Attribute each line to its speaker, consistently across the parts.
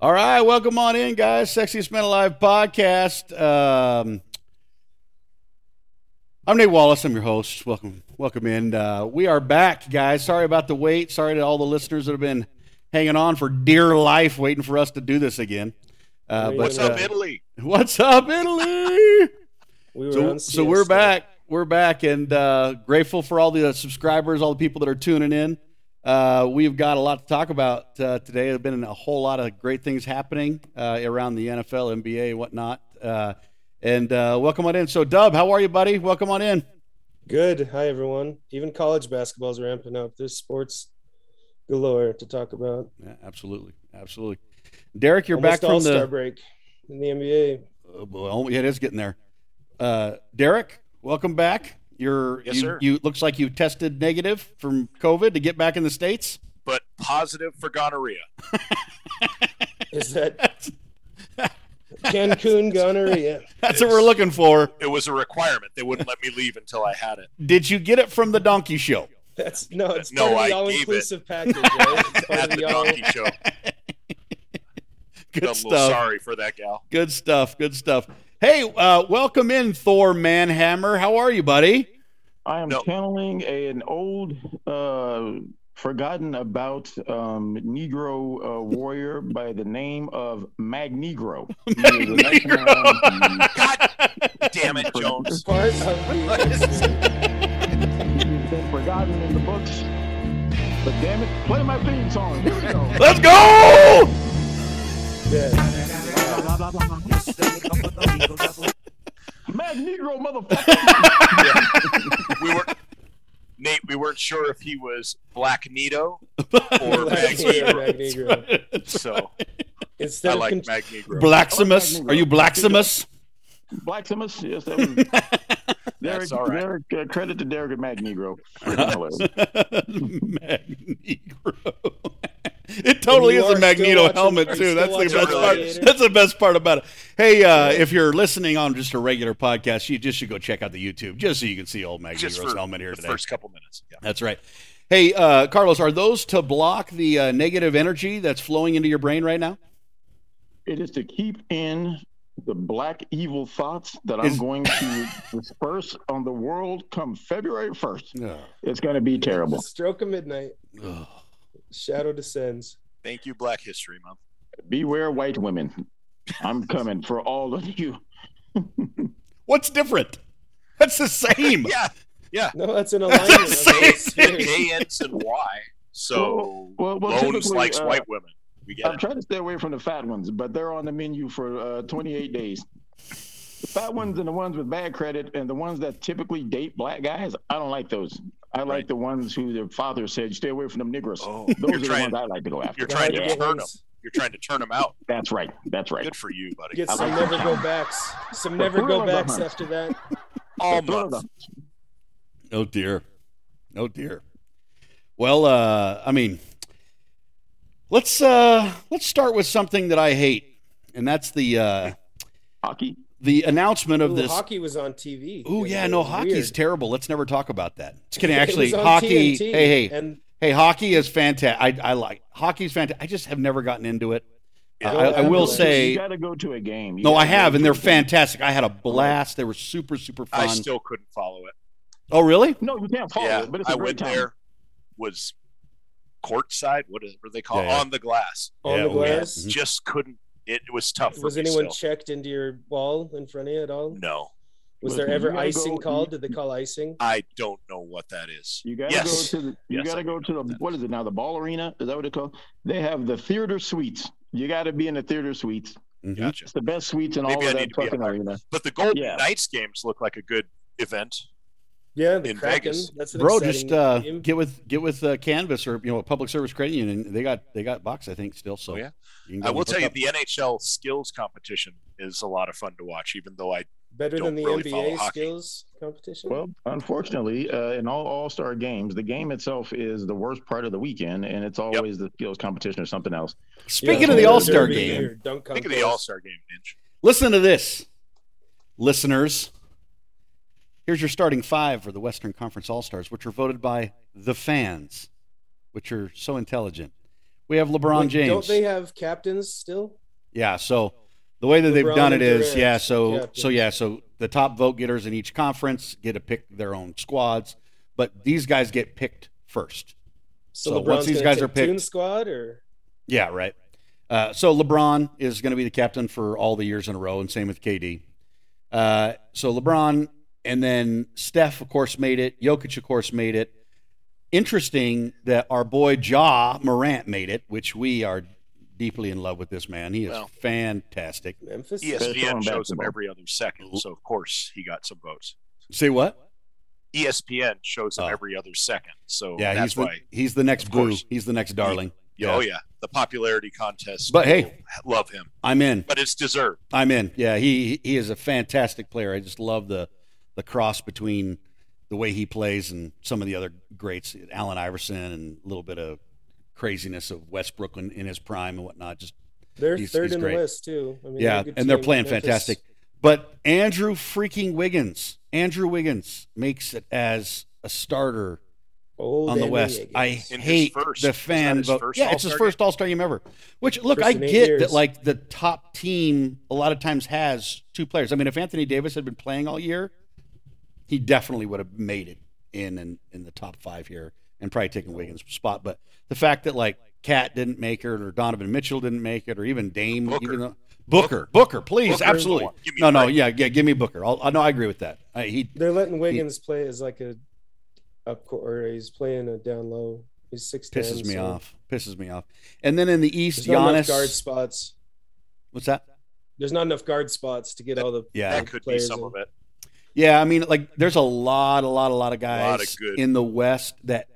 Speaker 1: All right, welcome on in, guys. Sexiest Men Alive podcast. Um, I'm Nate Wallace. I'm your host. Welcome, welcome in. Uh, we are back, guys. Sorry about the wait. Sorry to all the listeners that have been hanging on for dear life, waiting for us to do this again. Uh, but,
Speaker 2: What's up,
Speaker 1: uh,
Speaker 2: Italy?
Speaker 1: What's up, Italy?
Speaker 3: We were
Speaker 1: so,
Speaker 3: on
Speaker 1: so we're
Speaker 3: siesta.
Speaker 1: back. We're back and uh, grateful for all the subscribers, all the people that are tuning in. Uh, we've got a lot to talk about uh, today. There's been a whole lot of great things happening uh, around the NFL, NBA, whatnot. Uh, and uh, welcome on in. So, Dub, how are you, buddy? Welcome on in.
Speaker 3: Good. Hi, everyone. Even college basketball's ramping up. There's sports galore to talk about.
Speaker 1: Yeah, absolutely, absolutely. Derek, you're
Speaker 3: Almost
Speaker 1: back from
Speaker 3: All-Star
Speaker 1: the.
Speaker 3: break in the NBA.
Speaker 1: Oh, boy, oh, yeah, it is getting there. Uh, Derek, welcome back. You're
Speaker 2: Yes,
Speaker 1: you,
Speaker 2: sir.
Speaker 1: you looks like you tested negative from COVID to get back in the states.
Speaker 2: But positive for gonorrhea.
Speaker 3: Is that Cancun gonorrhea?
Speaker 1: That's what we're looking for.
Speaker 2: It was a requirement. They wouldn't let me leave until I had it.
Speaker 1: Did you get it from the donkey show?
Speaker 3: That's no. It's part
Speaker 2: No,
Speaker 3: of
Speaker 2: I
Speaker 3: the
Speaker 2: gave it.
Speaker 3: all-inclusive package. Right? It's part
Speaker 2: At
Speaker 3: of
Speaker 2: the
Speaker 3: the all-
Speaker 2: donkey show.
Speaker 1: Good
Speaker 2: Felt a little
Speaker 1: stuff.
Speaker 2: sorry for that gal.
Speaker 1: Good stuff. Good stuff. Hey, uh, welcome in, Thor Manhammer. How are you, buddy?
Speaker 4: I am
Speaker 2: No.
Speaker 4: channeling a, an old, uh, forgotten about um, Negro uh, warrior by the name of Mag Negro. He was a
Speaker 1: Negro.
Speaker 2: God damn it, Jones.
Speaker 3: part of the-
Speaker 2: What is this?
Speaker 4: He's been forgotten in the books. But damn it, play my theme song. Here we go.
Speaker 1: Let's go.
Speaker 3: yeah.
Speaker 4: Mag Negro, motherfucker.
Speaker 2: Yeah. We were Nate, we weren't sure if he was Black Nito or Mag
Speaker 3: Black Negro,
Speaker 2: Negro.
Speaker 3: Black Negro.
Speaker 2: So
Speaker 3: Instead
Speaker 2: I
Speaker 3: of
Speaker 2: like
Speaker 3: con-
Speaker 2: Mag Negro.
Speaker 1: Blaximus. Are you Blaximus?
Speaker 4: Blaximus. Yes, that was Derek,
Speaker 2: That's all right.
Speaker 4: Derek, uh, credit to Derek and Mag Negro.
Speaker 1: Magneto. It totally
Speaker 3: You
Speaker 1: is
Speaker 3: are
Speaker 1: a
Speaker 3: still
Speaker 1: Magneto
Speaker 3: watching-
Speaker 1: helmet
Speaker 3: you're
Speaker 1: too.
Speaker 3: still
Speaker 1: That's the
Speaker 3: watching
Speaker 1: best part.
Speaker 3: Gladiator?
Speaker 1: That's the best part about it. Hey, uh, if you're listening on just a regular podcast, you just should go check out the YouTube just so you can see old Magneto's
Speaker 2: Just for
Speaker 1: helmet here
Speaker 2: the
Speaker 1: today.
Speaker 2: first couple minutes. Yeah.
Speaker 1: That's right. Hey, uh, Carlos, are those to block the uh, negative energy that's flowing into your brain right now?
Speaker 4: It is to keep in the black evil thoughts that
Speaker 1: Is-
Speaker 4: I'm going to disperse on the world come February 1st. It's going to be terrible.
Speaker 3: Stroke of midnight.
Speaker 1: Ugh.
Speaker 3: Shadow descends.
Speaker 2: Thank you, Black History Month.
Speaker 4: Beware white women. I'm coming for all of you.
Speaker 1: What's different? That's the same.
Speaker 2: Yeah.
Speaker 3: No, that's an alignment. of
Speaker 1: Same
Speaker 3: those
Speaker 1: thing.
Speaker 3: spheres.
Speaker 2: K ends and Y. So
Speaker 4: Well, well,
Speaker 2: Lones
Speaker 4: typically,
Speaker 2: likes
Speaker 4: uh,
Speaker 2: white women. We get
Speaker 4: I'm
Speaker 2: it.
Speaker 4: trying to stay away from the fat ones, but they're on the menu for uh, 28 days. The fat ones and the ones with bad credit and the ones that typically date black guys, I don't like those. I like
Speaker 2: Right.
Speaker 4: the ones who their father said, stay away from them niggers.
Speaker 2: Oh,
Speaker 4: Those
Speaker 2: you're
Speaker 4: are
Speaker 2: trying-
Speaker 4: the ones I like to go after.
Speaker 2: You're trying to
Speaker 4: Yeah.
Speaker 2: turn them. You're trying to turn them out.
Speaker 4: That's right. That's right.
Speaker 2: Good for you, buddy.
Speaker 3: Get
Speaker 4: I
Speaker 3: some
Speaker 4: like
Speaker 3: never
Speaker 4: that.
Speaker 3: go backs. Some never
Speaker 4: Thriller
Speaker 3: go
Speaker 4: of the
Speaker 3: backs
Speaker 4: Hunt.
Speaker 3: after that.
Speaker 2: all
Speaker 4: Throw
Speaker 2: month.
Speaker 4: the-
Speaker 1: Oh dear. Oh dear. Well, uh, I mean, let's uh, let's start with something that I hate, and that's the uh,
Speaker 4: Hockey.
Speaker 1: the announcement of
Speaker 3: Ooh,
Speaker 1: this.
Speaker 3: hockey was on TV.
Speaker 1: Oh
Speaker 3: It
Speaker 1: yeah,
Speaker 3: was
Speaker 1: no, hockey's
Speaker 3: weird.
Speaker 1: terrible. Let's never talk about that. It's gonna
Speaker 3: It
Speaker 1: actually
Speaker 3: was on
Speaker 1: hockey.
Speaker 3: TNT,
Speaker 1: Hey, hey,
Speaker 3: and
Speaker 1: hey, hockey is fantastic. I, I like hockey's fantastic. I just have never gotten into it.
Speaker 2: Yeah.
Speaker 1: I, I will
Speaker 3: You
Speaker 1: say,
Speaker 4: you got to go to a game. You
Speaker 1: No, I
Speaker 4: gotta go
Speaker 1: have, and
Speaker 4: to a
Speaker 1: they're
Speaker 4: game.
Speaker 1: fantastic. I had a blast. They were super, super
Speaker 2: I
Speaker 1: fun.
Speaker 2: still couldn't follow it.
Speaker 1: oh, really?
Speaker 4: No, you can't follow
Speaker 2: yeah,
Speaker 4: it, but it's a
Speaker 2: I
Speaker 4: great
Speaker 2: went
Speaker 4: time.
Speaker 2: there. Was courtside? What is what do they call it?
Speaker 1: Yeah, yeah.
Speaker 2: on the glass?
Speaker 3: on
Speaker 1: Yeah,
Speaker 3: the
Speaker 1: oh, yeah. Mm-hmm.
Speaker 3: glass.
Speaker 1: Mhm.
Speaker 2: Just couldn't. It, it was tough. For
Speaker 3: Was
Speaker 2: me
Speaker 3: anyone
Speaker 2: Still.
Speaker 3: checked into your ball in front of you at all?
Speaker 2: No,
Speaker 3: Was
Speaker 4: Listen,
Speaker 3: there
Speaker 4: you
Speaker 3: ever
Speaker 4: gotta
Speaker 3: icing
Speaker 4: go-
Speaker 3: called? Did they call icing?
Speaker 2: I don't know what that is.
Speaker 4: You gotta
Speaker 2: Yes.
Speaker 4: go to the. You
Speaker 2: Yes, I
Speaker 4: gotta go
Speaker 2: know
Speaker 4: to the.
Speaker 2: what that
Speaker 4: What is it now? The ball arena? Is that what it's called? They have the theater suites. You gotta be in the theater suites.
Speaker 1: Mhm.
Speaker 2: Gotcha.
Speaker 4: It's the best suites in all
Speaker 2: Maybe I
Speaker 4: of
Speaker 2: need
Speaker 4: that
Speaker 2: to be a
Speaker 4: fucking
Speaker 2: hire-
Speaker 4: arena.
Speaker 2: But the Golden
Speaker 4: Yeah.
Speaker 2: Knights games look like a good event.
Speaker 3: Yeah, the
Speaker 2: In
Speaker 3: Kraken.
Speaker 2: Vegas.
Speaker 3: That's an
Speaker 1: Bro,
Speaker 3: exciting
Speaker 1: just uh,
Speaker 3: game.
Speaker 1: get with get with uh, Canvas or you know a public service credit union. They got they got box I think still. So
Speaker 2: Oh, yeah.
Speaker 1: you can go
Speaker 2: I will
Speaker 1: hook
Speaker 2: tell you,
Speaker 1: up.
Speaker 2: the NHL skills competition is a lot of fun to watch. Even though I
Speaker 3: better
Speaker 2: don't
Speaker 3: than the
Speaker 2: really follow
Speaker 3: NBA
Speaker 2: hockey.
Speaker 3: skills competition.
Speaker 4: Well, unfortunately, uh, in all All Star games, the game itself is the worst part of the weekend, and it's always the skills competition or something else.
Speaker 1: Speaking
Speaker 4: Yeah,
Speaker 1: of the
Speaker 4: All-Star
Speaker 1: All Star
Speaker 3: Derby
Speaker 1: game,
Speaker 3: or dunk
Speaker 2: think of the
Speaker 3: contest.
Speaker 2: All Star game, Ninja.
Speaker 1: listen to this, listeners. Here's your starting five for the Western Conference All Stars, which are voted by the fans, which are so intelligent. We have LeBron
Speaker 3: Wait,
Speaker 1: James.
Speaker 3: Don't they have captains still?
Speaker 1: Yeah. So the way that they've
Speaker 3: LeBron
Speaker 1: done it is,
Speaker 3: and Durant,
Speaker 1: yeah. So
Speaker 3: captain.
Speaker 1: so yeah. So the top vote getters in each conference get to pick their own squads, but these guys get picked first.
Speaker 3: So,
Speaker 1: So
Speaker 3: LeBron's
Speaker 1: once these
Speaker 3: gonna
Speaker 1: guys
Speaker 3: take
Speaker 1: are picked-
Speaker 3: Toon squad or
Speaker 1: Yeah. Right. Uh, so LeBron is going to be the captain for all the years in a row, and same with KD. Uh, so LeBron and then Steph, of course, made it. Jokic, of course, made it. Interesting that our boy Ja Morant made it, which we are deeply in love with this man. He is
Speaker 2: Well.
Speaker 1: fantastic.
Speaker 3: Memphis.
Speaker 2: E
Speaker 4: Based on
Speaker 2: ESPN shows him
Speaker 4: basketball.
Speaker 2: every other second, so of course he got some votes.
Speaker 1: Say what?
Speaker 2: ESPN shows him
Speaker 1: Oh.
Speaker 2: every other second, so
Speaker 1: Yeah,
Speaker 2: that's
Speaker 1: he's the,
Speaker 2: why.
Speaker 1: he's the next
Speaker 2: Of
Speaker 1: boo.
Speaker 2: course.
Speaker 1: He's the next darling. Yeah.
Speaker 2: Oh yeah, the popularity contest.
Speaker 1: But hey,
Speaker 2: people love him,
Speaker 1: I'm in.
Speaker 2: but it's deserved.
Speaker 1: I'm in. Yeah, he he is a fantastic player. I just love the the cross between the way he plays and some of the other greats, Allen Iverson, and a little bit of craziness of Westbrook in, in his prime and whatnot. Just
Speaker 3: They're
Speaker 1: He's-
Speaker 3: third
Speaker 1: he's
Speaker 3: in
Speaker 1: great.
Speaker 3: the list too. I mean,
Speaker 1: yeah,
Speaker 3: they're a good
Speaker 1: and they're
Speaker 3: team.
Speaker 1: playing
Speaker 3: Memphis-
Speaker 1: fantastic. But Andrew freaking Wiggins, Andrew Wiggins makes it as a starter
Speaker 3: Old E,
Speaker 1: on the
Speaker 3: Andy
Speaker 1: West.
Speaker 3: Higgins.
Speaker 1: I
Speaker 2: In his
Speaker 1: hate
Speaker 2: first-
Speaker 1: the
Speaker 2: is that
Speaker 1: fan
Speaker 2: his
Speaker 1: vote.
Speaker 2: first
Speaker 1: Yeah, it's his
Speaker 2: All-Star
Speaker 1: first All Star game ever. Which look,
Speaker 3: First
Speaker 1: I
Speaker 3: in eight
Speaker 1: get that
Speaker 3: years.
Speaker 1: like the top team a lot of times has two players. I mean, if Anthony Davis had been playing all year, he definitely would have made it in in, in the top five here and probably taken Wiggins' spot. But the fact that like Cat didn't make it or Donovan Mitchell didn't make it or even Dame,
Speaker 2: Booker.
Speaker 1: even though, Booker, Booker, please,
Speaker 2: Booker.
Speaker 1: absolutely.
Speaker 2: Give me
Speaker 1: No,
Speaker 2: a
Speaker 1: no,
Speaker 2: break.
Speaker 1: yeah, yeah, give me Booker. I'll, I no, I agree with that. I, he
Speaker 3: They're letting Wiggins play as like a up court, or he's playing a down low. He's six.
Speaker 1: pisses me off. Pisses me off. And then in the East,
Speaker 3: There's not enough
Speaker 1: Giannis.
Speaker 3: guard spots.
Speaker 1: What's that?
Speaker 3: There's not enough guard spots to get all the
Speaker 1: Yeah.
Speaker 2: That could be
Speaker 3: players
Speaker 2: some
Speaker 3: in.
Speaker 2: of it.
Speaker 1: Yeah, I mean, like there's a lot, a lot, a lot of guys
Speaker 2: Lot of good-
Speaker 1: in the West that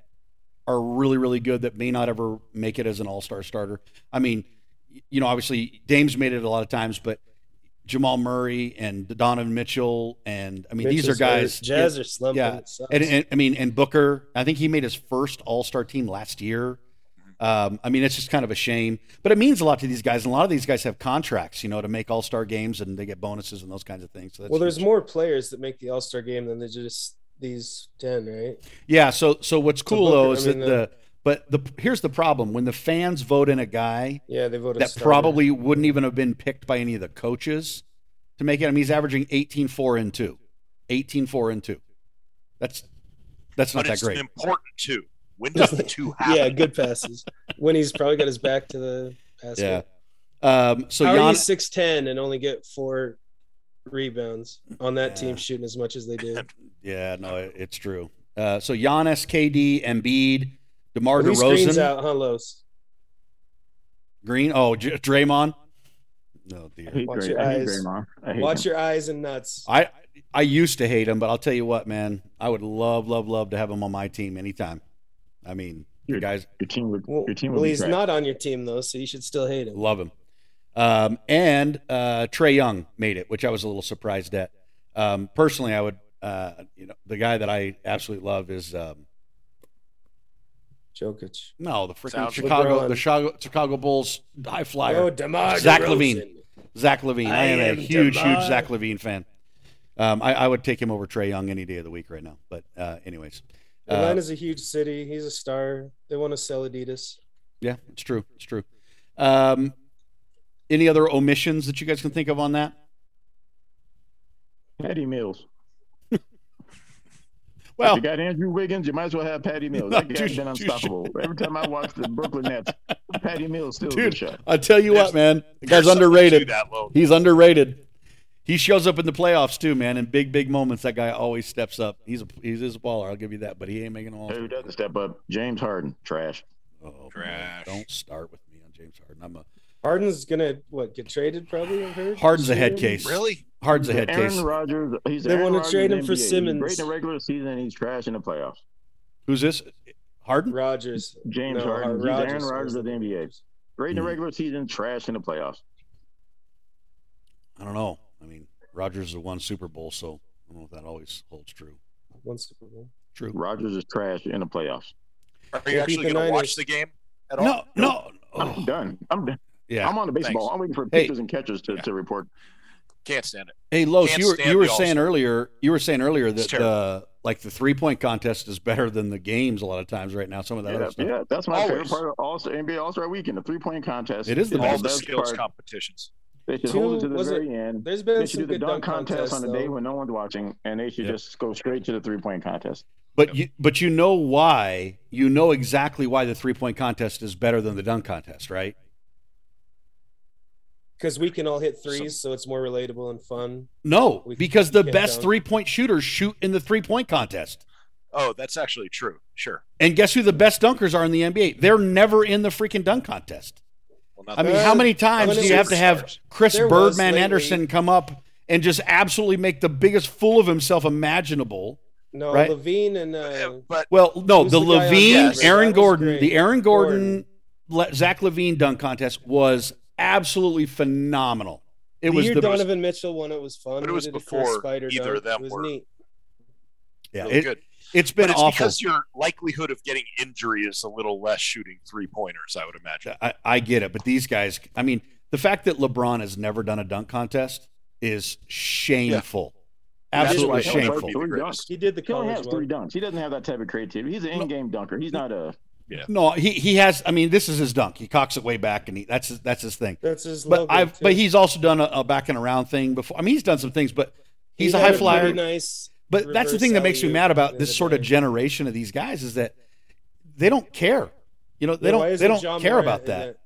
Speaker 1: are really, really good that may not ever make it as an All-Star starter. I mean, y- you know, obviously Dame's made it a lot of times, but Jamal Murray and Donovan Mitchell, and I mean, these are
Speaker 3: Mitchell's
Speaker 1: guys.
Speaker 3: hurt. Jazz are slumping.
Speaker 1: yeah,
Speaker 3: It sucks.
Speaker 1: and, and I mean, and Booker, I think he made his first All Star team last year. Um, I mean, it's just kind of a shame, but it means a lot to these guys, and a lot of these guys have contracts, you know, to make All Star games, and they get bonuses and those kinds of things. So that's
Speaker 3: well, there's
Speaker 1: huge.
Speaker 3: more players that make the All Star game than there's just these ten, right?
Speaker 1: Yeah. So so what's cool
Speaker 3: Booker,
Speaker 1: though
Speaker 3: I
Speaker 1: is
Speaker 3: mean,
Speaker 1: that
Speaker 3: uh,
Speaker 1: the but the here's the problem when the fans vote in a guy
Speaker 3: Yeah, they voted.
Speaker 1: that probably wouldn't even have been picked by any of the coaches to make it. I mean, he's averaging 18 4 and 2. 18 4 and 2. That's that's not
Speaker 2: But
Speaker 1: that
Speaker 2: it's
Speaker 1: great.
Speaker 2: important too. When does the two happen?
Speaker 3: Yeah, good passes. when he's probably got his back to the basket.
Speaker 1: Yeah. Um so
Speaker 3: How are you
Speaker 1: Giannis
Speaker 3: six ten and only get four rebounds on that
Speaker 1: Yeah.
Speaker 3: team shooting as much as they did?
Speaker 1: Yeah, no, it, it's true. Uh, so Giannis, KD, Embiid, DeMar
Speaker 3: Who screens
Speaker 1: DeRozan,
Speaker 3: out, huh, Los?
Speaker 1: Green, oh, J- Draymond. Oh
Speaker 4: I
Speaker 1: dear.
Speaker 4: hate
Speaker 3: Watch
Speaker 4: Dray-
Speaker 3: your
Speaker 4: I hate
Speaker 3: eyes.
Speaker 4: Draymond. I hate
Speaker 3: Watch
Speaker 4: him.
Speaker 3: your eyes and nuts.
Speaker 1: I I used to hate him, but I'll tell you what, man, I would love, love, love to have him on my team anytime. I mean, the
Speaker 4: Dude.
Speaker 1: guys
Speaker 4: Your team would.
Speaker 3: Well,
Speaker 4: Your team
Speaker 3: well
Speaker 4: would. be
Speaker 3: he's
Speaker 4: trash.
Speaker 3: not on your team though, so you should still hate him.
Speaker 1: love him. Um, and uh, Trey Young made it, which I was a little surprised at. Um, personally, I would, uh, you know, the guy that I absolutely love is um,
Speaker 3: Jokic.
Speaker 1: no, the freaking
Speaker 2: Sounds-
Speaker 1: Chicago, the
Speaker 3: LeBron.
Speaker 1: Chicago, Chicago Bulls high flyer,
Speaker 3: Oh, DeMar
Speaker 1: Zach
Speaker 3: DeRozan.
Speaker 1: Levine. Zach Levine. I,
Speaker 3: I
Speaker 1: am,
Speaker 3: am
Speaker 1: a huge, huge
Speaker 3: DeMar.
Speaker 1: Zach Levine fan. Um, I, I would take him over Trey Young any day of the week right now. But uh, anyways, Uh,
Speaker 3: Atlanta's a huge city. He's a star. They want to sell Adidas.
Speaker 1: Yeah, it's true. It's true. Um, any other omissions that you guys can think of on that?
Speaker 4: Patty Mills.
Speaker 1: Well,
Speaker 4: If you got Andrew Wiggins, you might as well have Patty Mills.
Speaker 1: No,
Speaker 4: that guy's
Speaker 1: touche,
Speaker 4: been
Speaker 1: touche.
Speaker 4: unstoppable. Every time I watch the Brooklyn Nets, Patty Mills still
Speaker 1: Dude.
Speaker 4: good shot.
Speaker 1: I tell you what,
Speaker 2: There's-
Speaker 1: man, the
Speaker 2: There's
Speaker 1: guy's
Speaker 2: something to
Speaker 1: underrated.
Speaker 2: That low.
Speaker 1: He's underrated. He shows up in the playoffs too, man. In big, big moments, that guy always steps up. He's a he's a baller. I'll give you that, but he ain't making all.
Speaker 4: Who doesn't step up? James Harden, trash.
Speaker 1: Oh, man,
Speaker 2: Trash.
Speaker 1: don't start with me on James Harden. I'm a
Speaker 3: Harden's gonna what get traded? Probably I've heard.
Speaker 1: Harden's a
Speaker 3: Soon?
Speaker 1: head case.
Speaker 2: Really?
Speaker 1: Hard's a head
Speaker 4: Aaron
Speaker 1: case.
Speaker 4: Rodgers. He's
Speaker 3: They
Speaker 4: Aaron
Speaker 3: wanna
Speaker 4: Rodgers
Speaker 3: trade him
Speaker 4: in the
Speaker 3: for
Speaker 4: NBA. He's
Speaker 3: Simmons.
Speaker 4: Great in the regular season, and he's trash in the playoffs.
Speaker 1: Who's this? Harden?
Speaker 3: Rogers.
Speaker 4: James
Speaker 3: No, uh,
Speaker 4: Harden. He's
Speaker 3: Rodgers
Speaker 4: Aaron
Speaker 3: was
Speaker 4: Rodgers
Speaker 3: the-
Speaker 4: of the NBA. Great in the
Speaker 1: Mhm.
Speaker 4: regular season, trash in the playoffs.
Speaker 1: I don't know. I mean, Rogers has won Super Bowl, so I don't know if that always holds true.
Speaker 3: One Super Bowl.
Speaker 1: True.
Speaker 4: Rodgers is trash in the playoffs.
Speaker 2: Are
Speaker 3: beat
Speaker 2: you actually
Speaker 3: the
Speaker 2: going to watch
Speaker 3: Niners.
Speaker 2: the game at all?
Speaker 1: No, no.
Speaker 4: I'm
Speaker 1: Oh,
Speaker 4: done. I'm done.
Speaker 1: yeah.
Speaker 4: I'm on the baseball. I'm waiting for
Speaker 1: Hey.
Speaker 4: pitchers and catchers to,
Speaker 2: Yeah.
Speaker 4: to report.
Speaker 2: Can't stand it.
Speaker 1: Hey, Los,
Speaker 2: Can't
Speaker 1: you were
Speaker 2: stand
Speaker 1: you were
Speaker 2: the
Speaker 1: saying earlier you were saying earlier that
Speaker 2: terrible.
Speaker 1: the like the three point contest is better than the games a lot of times right now. Some of that
Speaker 4: Yeah,
Speaker 1: other stuff.
Speaker 4: yeah, that's my favorite
Speaker 2: Always.
Speaker 4: part of all NBA All Star Weekend, the three point contest.
Speaker 1: It is the
Speaker 4: It's
Speaker 2: All
Speaker 1: best.
Speaker 2: the
Speaker 4: best
Speaker 2: skills
Speaker 4: part.
Speaker 2: competitions.
Speaker 4: They should
Speaker 3: Two-
Speaker 4: hold it to the
Speaker 3: was
Speaker 4: very end.
Speaker 3: There's
Speaker 4: They
Speaker 3: been
Speaker 4: should do
Speaker 3: some
Speaker 4: the
Speaker 3: good
Speaker 4: dunk contest on
Speaker 3: contests,
Speaker 4: a day
Speaker 3: though.
Speaker 4: when no one's watching, and they should
Speaker 1: Yeah.
Speaker 4: just go straight to the three point contest.
Speaker 1: But you but you know why you know exactly why the three point contest is better than the dunk contest, right?
Speaker 3: because we can all hit threes, so it's more relatable and fun.
Speaker 1: No,
Speaker 3: We-
Speaker 1: because the
Speaker 3: we can't
Speaker 1: best
Speaker 3: dunk.
Speaker 1: three point shooters shoot in the three point contest.
Speaker 2: Oh, that's actually true. Sure.
Speaker 1: And guess who the best dunkers are in the NBA? They're never in the freaking dunk contest.
Speaker 2: Well, not
Speaker 1: I mean,
Speaker 2: that-
Speaker 3: There-
Speaker 1: how many times do you have to have
Speaker 2: Superstars.
Speaker 1: Chris
Speaker 3: There was
Speaker 1: Birdman
Speaker 3: lately-
Speaker 1: Anderson come up and just absolutely make the biggest fool of himself imaginable?
Speaker 3: No,
Speaker 1: Right.
Speaker 3: Levine and uh,
Speaker 2: Uh, but
Speaker 1: Well, no,
Speaker 3: Who's
Speaker 1: the,
Speaker 3: the guy on
Speaker 1: Levine,
Speaker 2: Yes.
Speaker 3: That
Speaker 1: Aaron
Speaker 3: was
Speaker 1: Gordon,
Speaker 3: great.
Speaker 1: the Aaron Gordon,
Speaker 3: Gordon.
Speaker 1: Le- Zach Levine dunk contest was absolutely phenomenal. It
Speaker 3: the
Speaker 1: was
Speaker 3: year
Speaker 1: the
Speaker 3: Donovan Mitchell won. It was fun.
Speaker 2: But it
Speaker 3: We
Speaker 2: was
Speaker 3: did a
Speaker 2: before
Speaker 3: Chris Spider
Speaker 2: either
Speaker 3: dunk.
Speaker 2: of them
Speaker 3: It was
Speaker 2: were-
Speaker 3: neat.
Speaker 1: yeah,
Speaker 2: really
Speaker 1: it,
Speaker 2: good.
Speaker 1: it's
Speaker 2: But
Speaker 1: been
Speaker 2: it's
Speaker 1: awful.
Speaker 2: because your likelihood of getting injury is a little less shooting three pointers, I would imagine.
Speaker 1: I, I get it, but these guys, I mean, the fact that LeBron has never done a dunk contest is shameful.
Speaker 2: That's
Speaker 1: Absolutely
Speaker 4: Absolutely
Speaker 2: why Kobe
Speaker 1: shameful.
Speaker 2: would be the greatest.
Speaker 3: He did the
Speaker 4: He only has
Speaker 3: college
Speaker 4: three
Speaker 3: one.
Speaker 4: dunks. He doesn't have that type of creativity. He's an in game dunker. He's not a.
Speaker 1: No, he, he has. I mean, this is his dunk. He cocks it way back, and he, that's his, that's his thing.
Speaker 3: That's his.
Speaker 1: But
Speaker 3: logo,
Speaker 1: I've
Speaker 3: too.
Speaker 1: but he's also done a, a back and around thing before. I mean, he's done some things, but
Speaker 3: He
Speaker 1: he's a
Speaker 3: had
Speaker 1: high
Speaker 3: pretty
Speaker 1: flyer.
Speaker 3: Nice.
Speaker 1: But that's the
Speaker 3: reverse
Speaker 1: thing that makes me
Speaker 3: alley-oop
Speaker 1: mad
Speaker 3: the
Speaker 1: about
Speaker 3: other
Speaker 1: this sort of
Speaker 3: day.
Speaker 1: generation of these guys is that they don't care. You know, they
Speaker 3: Yeah, why
Speaker 1: don't they
Speaker 3: isn't
Speaker 1: don't
Speaker 3: Ja
Speaker 1: care
Speaker 3: Morant
Speaker 1: about
Speaker 3: in
Speaker 1: that.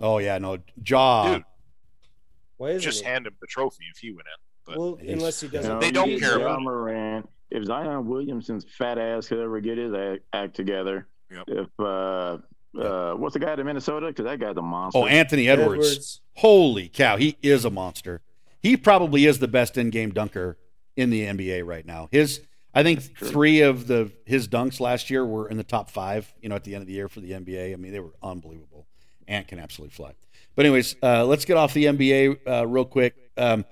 Speaker 1: Oh yeah, no, Jaw.
Speaker 2: Dude,
Speaker 3: Why isn't
Speaker 2: Just
Speaker 3: he?
Speaker 2: hand him the trophy if he went in. but-
Speaker 3: Well,
Speaker 1: He's-
Speaker 3: unless he
Speaker 4: You
Speaker 3: doesn't.
Speaker 4: know,
Speaker 2: They
Speaker 4: you
Speaker 2: don't
Speaker 4: get
Speaker 2: care
Speaker 4: Ja
Speaker 2: about it.
Speaker 4: Morant. If Zion Williamson's fat ass could ever get his act, act together,
Speaker 2: Yep.
Speaker 4: if uh, uh, what's the guy out of Minnesota? Because that guy's a monster.
Speaker 1: Oh, Anthony Edwards. Holy cow, he is a monster. He probably is the best in-game dunker in the NBA right now. His I think
Speaker 4: true.
Speaker 1: three of the his dunks last year were in the top five. You know, at the end of the year for the NBA, I mean they were unbelievable. Ant can absolutely fly. But anyways, uh, let's get off the NBA uh, real quick. Um,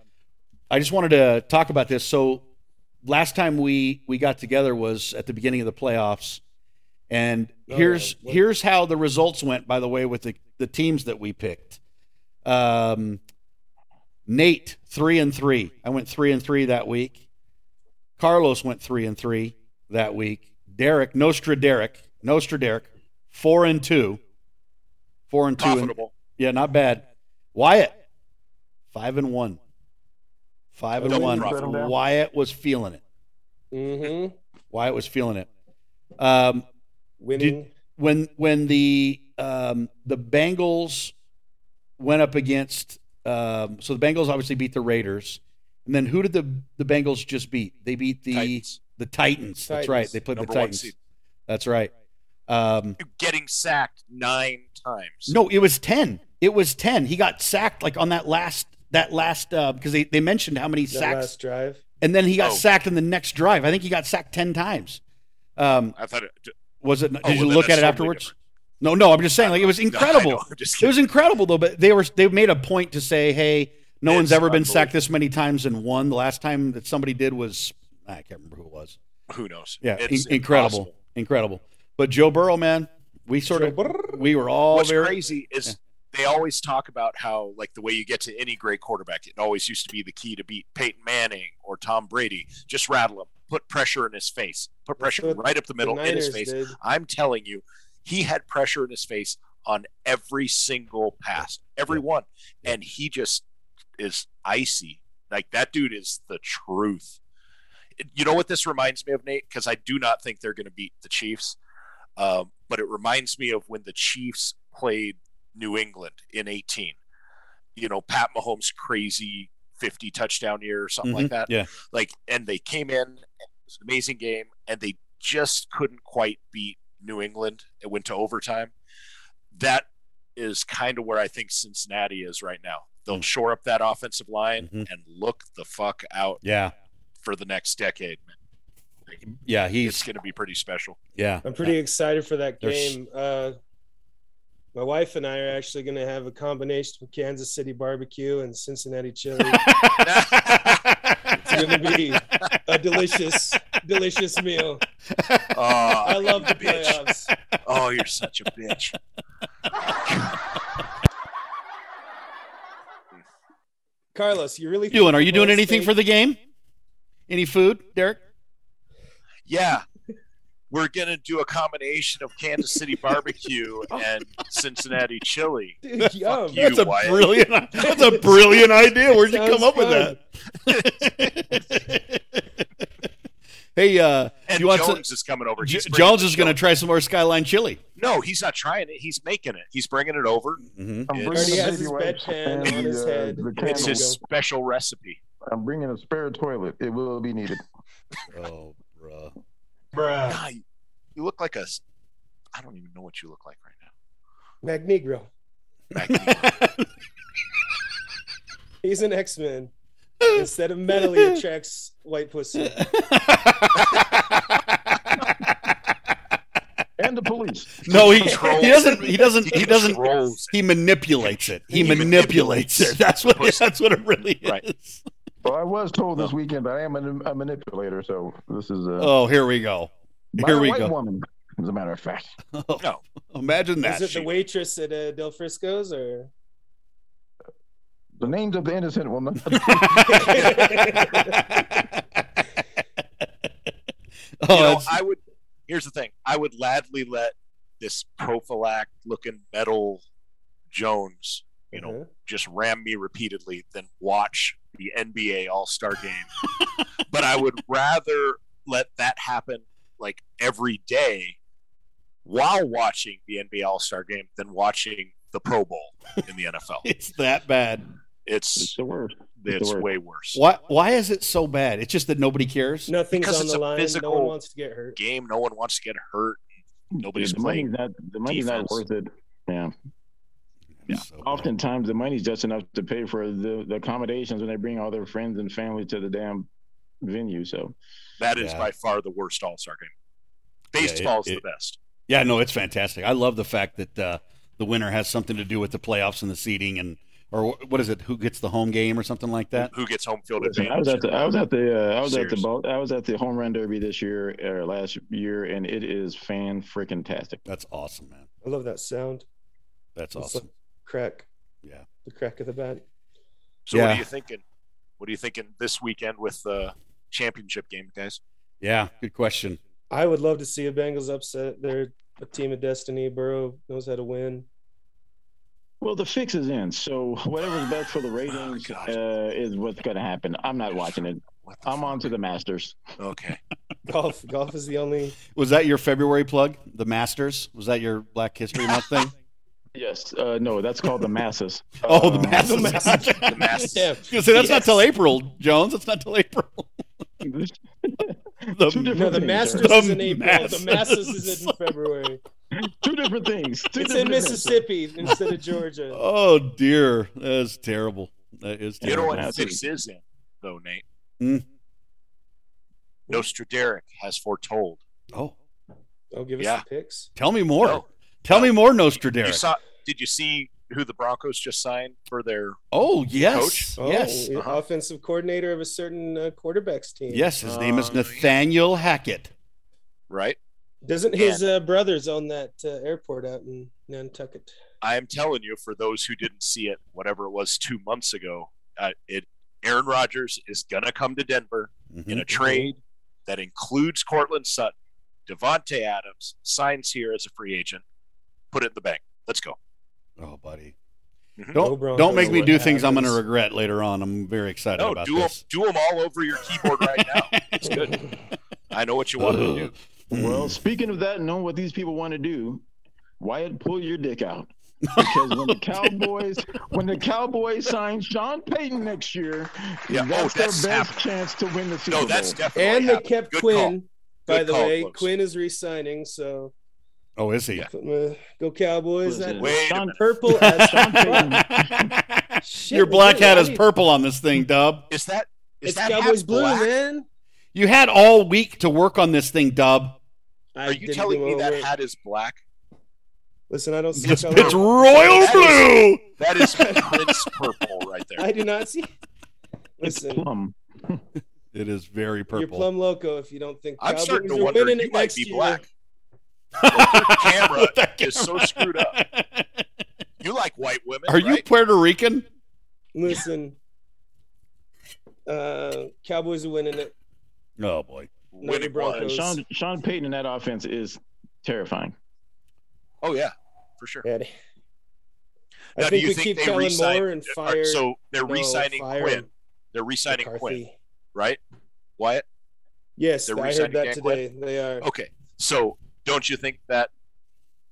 Speaker 1: I just wanted to talk about this. So last time we we got together was at the beginning of the playoffs, and
Speaker 3: Oh,
Speaker 1: here's
Speaker 3: yeah.
Speaker 1: here's how the results went. By the way, with the the teams that we picked, um, Nate three and three. I went three and three that week. Carlos went three and three that week. Derek Nostra Derek Nostra Derek four and two, four and two. and-
Speaker 2: Profitable.
Speaker 1: yeah, not bad. Wyatt, five and one. Five and
Speaker 2: Double
Speaker 1: one.
Speaker 2: profit.
Speaker 1: Wyatt was feeling it.
Speaker 3: hmm
Speaker 1: Wyatt was feeling it. Um,
Speaker 3: Winning.
Speaker 1: when when the um, the Bengals went up against, um, so the Bengals obviously beat the Raiders, and then who did the the Bengals just beat? They beat the
Speaker 2: Titans.
Speaker 1: the Titans. That's
Speaker 3: Titans.
Speaker 1: right. They played
Speaker 2: Number
Speaker 1: E the
Speaker 2: one
Speaker 1: Titans.
Speaker 2: seed.
Speaker 1: That's right. Um,
Speaker 2: Getting sacked nine times.
Speaker 1: No, it was ten. It was ten. He got sacked like on that last that last uh because they, they mentioned how many
Speaker 3: that
Speaker 1: sacks
Speaker 3: last drive.
Speaker 1: and then he got
Speaker 2: Oh.
Speaker 1: sacked in the next drive. I think he got sacked ten times. Um
Speaker 2: I thought it. d-
Speaker 1: was it
Speaker 2: Oh,
Speaker 1: did you
Speaker 2: well, then
Speaker 1: look at
Speaker 2: that's
Speaker 1: it
Speaker 2: totally
Speaker 1: afterwards? No, no, I'm just saying like it was
Speaker 2: No, I know,
Speaker 1: incredible.
Speaker 2: I'm just
Speaker 1: It
Speaker 2: kidding.
Speaker 1: was incredible though, but they were they made a point to say, hey, no one's
Speaker 2: It's
Speaker 1: ever been sacked this many times and won. The last time that somebody did was I can't remember who it was.
Speaker 2: Who knows?
Speaker 1: Yeah, in-
Speaker 2: It's
Speaker 1: incredible,
Speaker 2: impossible.
Speaker 1: incredible. But Joe Burrow, man, we sort
Speaker 3: Joe
Speaker 1: of
Speaker 3: Burrow.
Speaker 1: we were all
Speaker 2: What's
Speaker 1: very
Speaker 2: crazy is they always talk about how, like, the way you get to any great quarterback, it always used to be the key to beat Peyton Manning or Tom Brady. Just rattle him, put pressure in his face, put pressure
Speaker 3: what
Speaker 2: right up the middle
Speaker 3: the
Speaker 2: in his
Speaker 3: Niners
Speaker 2: face.
Speaker 3: did.
Speaker 2: I'm telling you, he had pressure in his face on every single pass, every one, and he just is icy. Like that dude is the truth. You know what this reminds me of, Nate? Because I do not think they're going to beat the Chiefs, um, but it reminds me of when the Chiefs played New England in '18. You know, Pat Mahomes' crazy 50 touchdown year or something like
Speaker 1: Mhm,
Speaker 2: that
Speaker 1: Yeah.
Speaker 2: like and they came in and it was an amazing game and they just couldn't quite beat new england it went to overtime that is kind of where i think cincinnati is right now they'll
Speaker 1: Mm.
Speaker 2: shore up that offensive line
Speaker 1: Mhm.
Speaker 2: and look the fuck out
Speaker 1: Yeah,
Speaker 2: for the next decade man.
Speaker 1: yeah,
Speaker 2: it's
Speaker 1: he's
Speaker 2: going to be pretty special
Speaker 1: yeah.
Speaker 3: I'm pretty excited for that
Speaker 1: There's-
Speaker 3: game. Uh, my wife and I are actually going to have a combination of Kansas City barbecue and Cincinnati chili. it's going to be a delicious, delicious meal.
Speaker 2: oh
Speaker 3: I love the
Speaker 2: bitch.
Speaker 3: playoffs.
Speaker 2: oh you're such a bitch
Speaker 3: Carlos, you really
Speaker 1: doing? Are you doing anything for the game? Any food, Derek?
Speaker 2: Yeah. We're going to do a combination of Kansas City barbecue and Cincinnati chili.
Speaker 3: Dude, yum.
Speaker 2: you.
Speaker 1: That's a
Speaker 2: Wyatt.
Speaker 1: brilliant. That's a brilliant idea. Where'd you come
Speaker 3: Sounds
Speaker 1: up
Speaker 3: good.
Speaker 1: with that? hey, uh,
Speaker 2: And
Speaker 1: you want to-
Speaker 2: Jones is coming over.
Speaker 1: J-
Speaker 2: He's bringing
Speaker 1: Jones is
Speaker 2: the
Speaker 1: going to try some more Skyline chili.
Speaker 2: chili. No, he's not trying it. He's making it. He's bringing it over.
Speaker 1: Mm-hmm.
Speaker 4: I'm
Speaker 2: It's-
Speaker 4: bringing
Speaker 2: Already
Speaker 4: the
Speaker 2: has
Speaker 4: baby
Speaker 3: his
Speaker 4: wipes
Speaker 3: bedpan
Speaker 4: and
Speaker 3: on his
Speaker 4: the, uh,
Speaker 3: head.
Speaker 4: the
Speaker 3: It's
Speaker 4: candle.
Speaker 2: It's his special recipe.
Speaker 4: I'm bringing a spare toilet. It will be needed.
Speaker 1: Oh, bruh.
Speaker 3: Bruh.
Speaker 2: God, you- you look like a. s- I don't even know what you look like right now.
Speaker 3: Magnegro.
Speaker 2: Mac-
Speaker 3: He's an X Men. Instead of metal, he attracts white pussy.
Speaker 4: And the police.
Speaker 1: no, he,
Speaker 2: Controls.
Speaker 1: he doesn't. He doesn't. He doesn't.
Speaker 2: controls
Speaker 1: He manipulates it. He,
Speaker 2: He
Speaker 1: manipulates
Speaker 2: manipulates
Speaker 1: it. That's what.
Speaker 2: pussy.
Speaker 1: That's what it really is.
Speaker 2: Right.
Speaker 4: Well, I was told this weekend, but I am a, a manipulator, so this is a
Speaker 1: Oh, here we go.
Speaker 4: by
Speaker 1: Here
Speaker 4: a
Speaker 1: we
Speaker 4: white
Speaker 1: go.
Speaker 4: woman, as a matter of fact.
Speaker 2: No.
Speaker 1: Imagine that.
Speaker 3: Is it
Speaker 1: She-
Speaker 3: the waitress at uh, Del Frisco's or?
Speaker 4: The names of the innocent will not
Speaker 1: oh,
Speaker 2: you know,
Speaker 1: that's-
Speaker 2: I would. Here's the thing. I would gladly let this prophylact looking metal Jones, you know,
Speaker 3: Uh-huh.
Speaker 2: just ram me repeatedly than watch the NBA All Star game. but I would rather let that happen like every day while watching the NBA All Star game than watching the Pro Bowl in the NFL.
Speaker 1: it's that bad.
Speaker 4: It's
Speaker 2: It's
Speaker 4: the worst. It's
Speaker 2: it's
Speaker 4: the word.
Speaker 2: way worse.
Speaker 1: Why? Why is it so bad? It's just that nobody cares.
Speaker 3: Nothing's
Speaker 2: Because
Speaker 3: on
Speaker 2: it's
Speaker 3: the
Speaker 2: a
Speaker 3: line.
Speaker 2: physical-
Speaker 3: No one wants to get hurt.
Speaker 2: Game, no one wants to get hurt. Nobody's
Speaker 4: the money's not the money's not
Speaker 2: defense.
Speaker 4: worth it. Yeah.
Speaker 1: It's so bad.
Speaker 4: Oftentimes the money's just enough to pay for the, the accommodations when they bring all their friends and family to the damn venue. So
Speaker 2: That is
Speaker 1: Yeah.
Speaker 2: by far the worst All Star game.
Speaker 1: Yeah, it-
Speaker 2: Baseball's
Speaker 1: it-
Speaker 2: the best.
Speaker 1: Yeah, no, it's fantastic. I love the fact that uh, the winner has something to do with the playoffs and the seeding, and or wh- what is it? Who gets the home game or something like that?
Speaker 2: Who gets home field
Speaker 4: Listen, I
Speaker 2: advantage?
Speaker 4: was at the I was at the uh, I was at
Speaker 2: Serious.
Speaker 4: the ball, I was at the home run derby this year or last year, and it is fan freaking tastic.
Speaker 1: That's awesome, man.
Speaker 3: I love that sound.
Speaker 1: That's
Speaker 3: It's
Speaker 1: awesome.
Speaker 3: like crack.
Speaker 1: Yeah.
Speaker 3: The crack of the bat.
Speaker 2: so what
Speaker 1: Yeah.
Speaker 2: are you thinking? What are you thinking this weekend with the championship game, guys?
Speaker 1: Yeah, good question.
Speaker 3: I would love to see a Bengals upset. They're a team of destiny. Burrow knows how to win.
Speaker 4: Well, the fix is in, so whatever's best for the ratings
Speaker 2: God.
Speaker 4: uh, is what's going to happen. I'm not watching it.
Speaker 2: What the
Speaker 4: I'm
Speaker 2: fuck?
Speaker 4: on to the Masters.
Speaker 2: Okay.
Speaker 3: Golf. golf is the only.
Speaker 1: Was that your February plug? The Masters? Was that your Black History Month thing?
Speaker 4: Yes, uh, no, that's called the Masses.
Speaker 1: Oh, the
Speaker 4: Um,
Speaker 1: Masters.
Speaker 3: the Masters.
Speaker 1: The
Speaker 2: Masters.
Speaker 3: Damn.
Speaker 1: You say that's not
Speaker 3: Yes.
Speaker 1: till April, Jones. That's not till April.
Speaker 4: Um,
Speaker 1: The-
Speaker 4: Two different
Speaker 3: No, the
Speaker 4: things,
Speaker 3: Masters
Speaker 4: Eric.
Speaker 1: The
Speaker 3: is in April.
Speaker 1: Masters.
Speaker 3: The Masters is in February.
Speaker 4: Two different things. Two
Speaker 3: It's in
Speaker 4: different things.
Speaker 3: Mississippi instead of Georgia.
Speaker 1: oh dear, that is terrible. That is
Speaker 2: You know
Speaker 1: terrible.
Speaker 2: what
Speaker 4: Yeah,
Speaker 2: fix is in, though, Nate?
Speaker 1: Hmm.
Speaker 2: Nostradaric has foretold.
Speaker 1: Oh,
Speaker 3: Oh, give us
Speaker 2: Yeah.
Speaker 3: the picks.
Speaker 1: tell me more.
Speaker 2: No,
Speaker 1: Tell
Speaker 2: no.
Speaker 1: me more,
Speaker 2: you
Speaker 1: Nostradaric.
Speaker 2: saw? Did you see who the Broncos just signed for their?
Speaker 1: oh yes,
Speaker 3: Oh,
Speaker 1: yes.
Speaker 3: the
Speaker 2: Uh-huh.
Speaker 3: offensive coordinator of a certain uh, quarterbacks team.
Speaker 1: Yes, his name is
Speaker 2: Uh, yeah.
Speaker 1: Nathaniel Hackett.
Speaker 2: Right.
Speaker 3: Doesn't his uh, brothers own that uh, airport out in Nantucket?
Speaker 2: I'm telling you, for those who didn't see it, whatever it was two months ago, uh, it Aaron Rodgers is gonna come to Denver
Speaker 1: Mm-hmm.
Speaker 2: in a trade that includes Cortland Sutton, Devonte Adams signs here as a free agent. Put it in the bank. Let's go.
Speaker 1: Oh, buddy.
Speaker 2: Mhm.
Speaker 3: Go
Speaker 1: Don't,
Speaker 3: Broncos,
Speaker 1: don't make me
Speaker 3: what
Speaker 1: do things I'm going to
Speaker 3: happens.
Speaker 1: regret later on. I'm very excited
Speaker 2: No,
Speaker 1: about
Speaker 2: do them,
Speaker 1: this.
Speaker 2: do them all over your keyboard right now. It's good. I know what you want to do.
Speaker 1: Mm.
Speaker 4: Well, speaking of that, knowing what these people want to do, Wyatt, pull your dick out. Because when the Cowboys when the Cowboys sign Sean Payton next year,
Speaker 2: Yeah, oh,
Speaker 4: that's,
Speaker 2: that's
Speaker 4: their best
Speaker 2: happening.
Speaker 4: chance to win the Super
Speaker 2: No,
Speaker 4: Bowl.
Speaker 2: that's definitely.
Speaker 3: And they
Speaker 2: happening.
Speaker 3: kept
Speaker 2: Good call.
Speaker 3: Quinn. By
Speaker 2: Good
Speaker 3: the
Speaker 2: call,
Speaker 3: way,
Speaker 2: folks.
Speaker 3: Quinn is re-signing, so
Speaker 1: oh, is he?
Speaker 2: Yeah.
Speaker 3: uh, go Cowboys.
Speaker 4: Listen,
Speaker 3: That
Speaker 2: Wait a
Speaker 4: Sean-
Speaker 2: minute.
Speaker 3: purple as
Speaker 4: Sean Payton.
Speaker 3: Shit,
Speaker 1: Your black
Speaker 3: wait,
Speaker 1: hat
Speaker 3: why
Speaker 1: is
Speaker 3: do you-
Speaker 1: purple on this thing, Dub.
Speaker 2: Is that is
Speaker 3: It's
Speaker 2: that
Speaker 3: Cowboys
Speaker 2: half
Speaker 3: blue,
Speaker 2: black?
Speaker 3: man.
Speaker 1: You had all week to work on this thing, Dub.
Speaker 3: I
Speaker 2: Are you
Speaker 3: didn't
Speaker 2: telling
Speaker 3: do
Speaker 2: me
Speaker 3: all
Speaker 2: that
Speaker 3: work.
Speaker 2: hat is black?
Speaker 3: Listen, I don't see
Speaker 1: It's,
Speaker 3: color.
Speaker 1: it's royal blue.
Speaker 2: That is Prince purple right there.
Speaker 3: I do not see.
Speaker 4: it's
Speaker 3: Listen,
Speaker 4: plum.
Speaker 1: It is very
Speaker 3: you're
Speaker 1: purple.
Speaker 3: plum loco if you don't think
Speaker 2: I'm
Speaker 3: Cowboys
Speaker 2: starting to
Speaker 3: are
Speaker 2: wonder
Speaker 3: winning
Speaker 2: you
Speaker 3: it
Speaker 2: might
Speaker 3: next
Speaker 2: be
Speaker 3: year.
Speaker 2: black. camera
Speaker 1: With that
Speaker 2: is so
Speaker 1: camera.
Speaker 2: screwed up. You like white women?
Speaker 1: Are you
Speaker 2: right?
Speaker 1: Puerto Rican?
Speaker 3: Listen, Uh, Cowboys are winning it.
Speaker 1: Oh boy.
Speaker 2: Winning
Speaker 3: Broncos.
Speaker 2: one.
Speaker 4: Sean Sean Payton in that offense is terrifying.
Speaker 2: Oh yeah, for sure.
Speaker 3: Daddy. I
Speaker 2: Now, do
Speaker 3: think
Speaker 2: you
Speaker 3: we
Speaker 2: think
Speaker 3: keep
Speaker 2: they
Speaker 3: Kellen
Speaker 2: re-sign-
Speaker 3: Moore and
Speaker 2: All right,
Speaker 3: fire.
Speaker 2: so they're
Speaker 3: no,
Speaker 2: re-signing
Speaker 3: fire
Speaker 2: Quinn. They're re-signing Quinn,
Speaker 3: McCarthy.
Speaker 2: right? Wyatt.
Speaker 3: Yes,
Speaker 2: They're
Speaker 3: I
Speaker 2: re-signing
Speaker 3: heard that
Speaker 2: Dan Quinn? Oh,
Speaker 3: today. They are.
Speaker 2: Okay, so don't you think that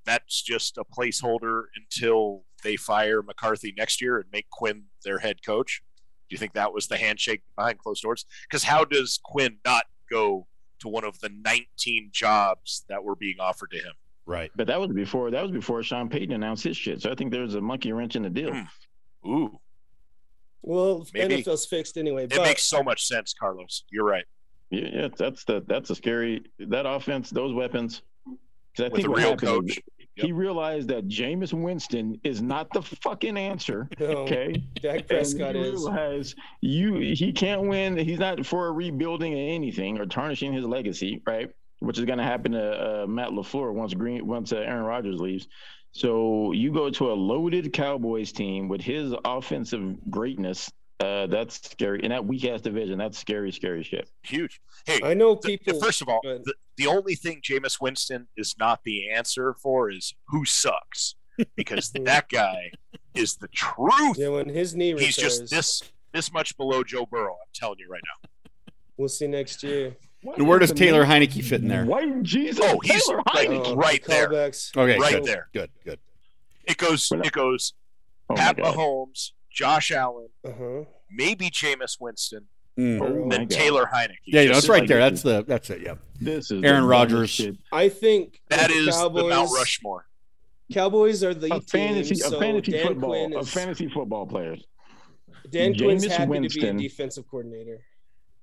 Speaker 2: that's just a placeholder until they fire McCarthy next year and make Quinn their head coach? Do you think that was the handshake behind closed doors? Because how does Quinn not go to one of the 19 jobs that were being offered to him?
Speaker 1: Right.
Speaker 4: But that was before that was before Sean Payton announced his shit. So I think there's a monkey wrench in the deal.
Speaker 2: Hmm. Ooh,
Speaker 3: Well,
Speaker 2: Maybe.
Speaker 3: NFL's fixed anyway.
Speaker 2: it
Speaker 3: but
Speaker 2: makes so much sense, Carlos. You're right.
Speaker 4: Yeah, yeah, that's the that's a scary that offense, those weapons. 'Cause I
Speaker 2: With a
Speaker 4: what
Speaker 2: real
Speaker 4: happened is
Speaker 2: coach.
Speaker 4: He realized that Jameis Winston is not the fucking answer.
Speaker 3: no,
Speaker 4: Okay.
Speaker 3: Dak
Speaker 4: And
Speaker 3: Prescott
Speaker 4: you
Speaker 3: is.
Speaker 4: realize you he can't win. He's not for rebuilding anything or tarnishing his legacy, right? Which is going to happen to uh, Matt Lafleur once Green once uh, Aaron Rodgers leaves. So you go to a loaded Cowboys team with his offensive greatness. Uh, that's scary, and that weak ass division. That's scary, scary shit.
Speaker 2: Huge. Hey,
Speaker 3: I know
Speaker 2: the-
Speaker 3: people.
Speaker 2: first of all,
Speaker 3: go ahead.
Speaker 2: the, the only thing Jameis Winston is not the answer for is who sucks, because that guy is the truth.
Speaker 3: yeah, when his knee retires,
Speaker 2: He's just this this much below Joe Burrow. I'm telling you right
Speaker 3: we'll see next year.
Speaker 1: And where does Taylor Heineke fit in there?
Speaker 4: White Jesus,
Speaker 2: Oh, he's-
Speaker 4: Taylor
Speaker 2: like,
Speaker 4: Heineke.
Speaker 3: Oh,
Speaker 2: right there.
Speaker 3: callbacks.
Speaker 1: Okay.
Speaker 2: right
Speaker 1: good.
Speaker 2: there.
Speaker 1: Good. Good.
Speaker 2: now. It goes
Speaker 4: We're not-
Speaker 2: it goes
Speaker 4: Oh my
Speaker 2: Pat
Speaker 4: God.
Speaker 2: Mahomes, Josh Allen,
Speaker 3: Uh-huh.
Speaker 2: maybe Jameis Winston,
Speaker 1: Mm.
Speaker 4: Oh my
Speaker 2: then
Speaker 4: God.
Speaker 2: Taylor Heineke.
Speaker 1: Yeah, you know,
Speaker 2: Just
Speaker 1: it's right
Speaker 4: like
Speaker 1: there.
Speaker 4: this
Speaker 1: That's the
Speaker 4: is-
Speaker 1: that's it. Yeah.
Speaker 4: This is
Speaker 1: Aaron
Speaker 4: the dumbest
Speaker 1: Rodgers.
Speaker 4: shit.
Speaker 3: I think
Speaker 2: That
Speaker 3: the
Speaker 2: is
Speaker 3: Cowboys,
Speaker 2: the Mount Rushmore.
Speaker 3: Cowboys are the
Speaker 4: A fantasy,
Speaker 3: team. So
Speaker 4: a fantasy
Speaker 3: Dan
Speaker 4: football,
Speaker 3: Quinn
Speaker 4: a
Speaker 3: is,
Speaker 4: fantasy football player.
Speaker 3: Dan Quinn's
Speaker 4: Jameis
Speaker 3: happy to
Speaker 4: Winston.
Speaker 3: be a defensive coordinator.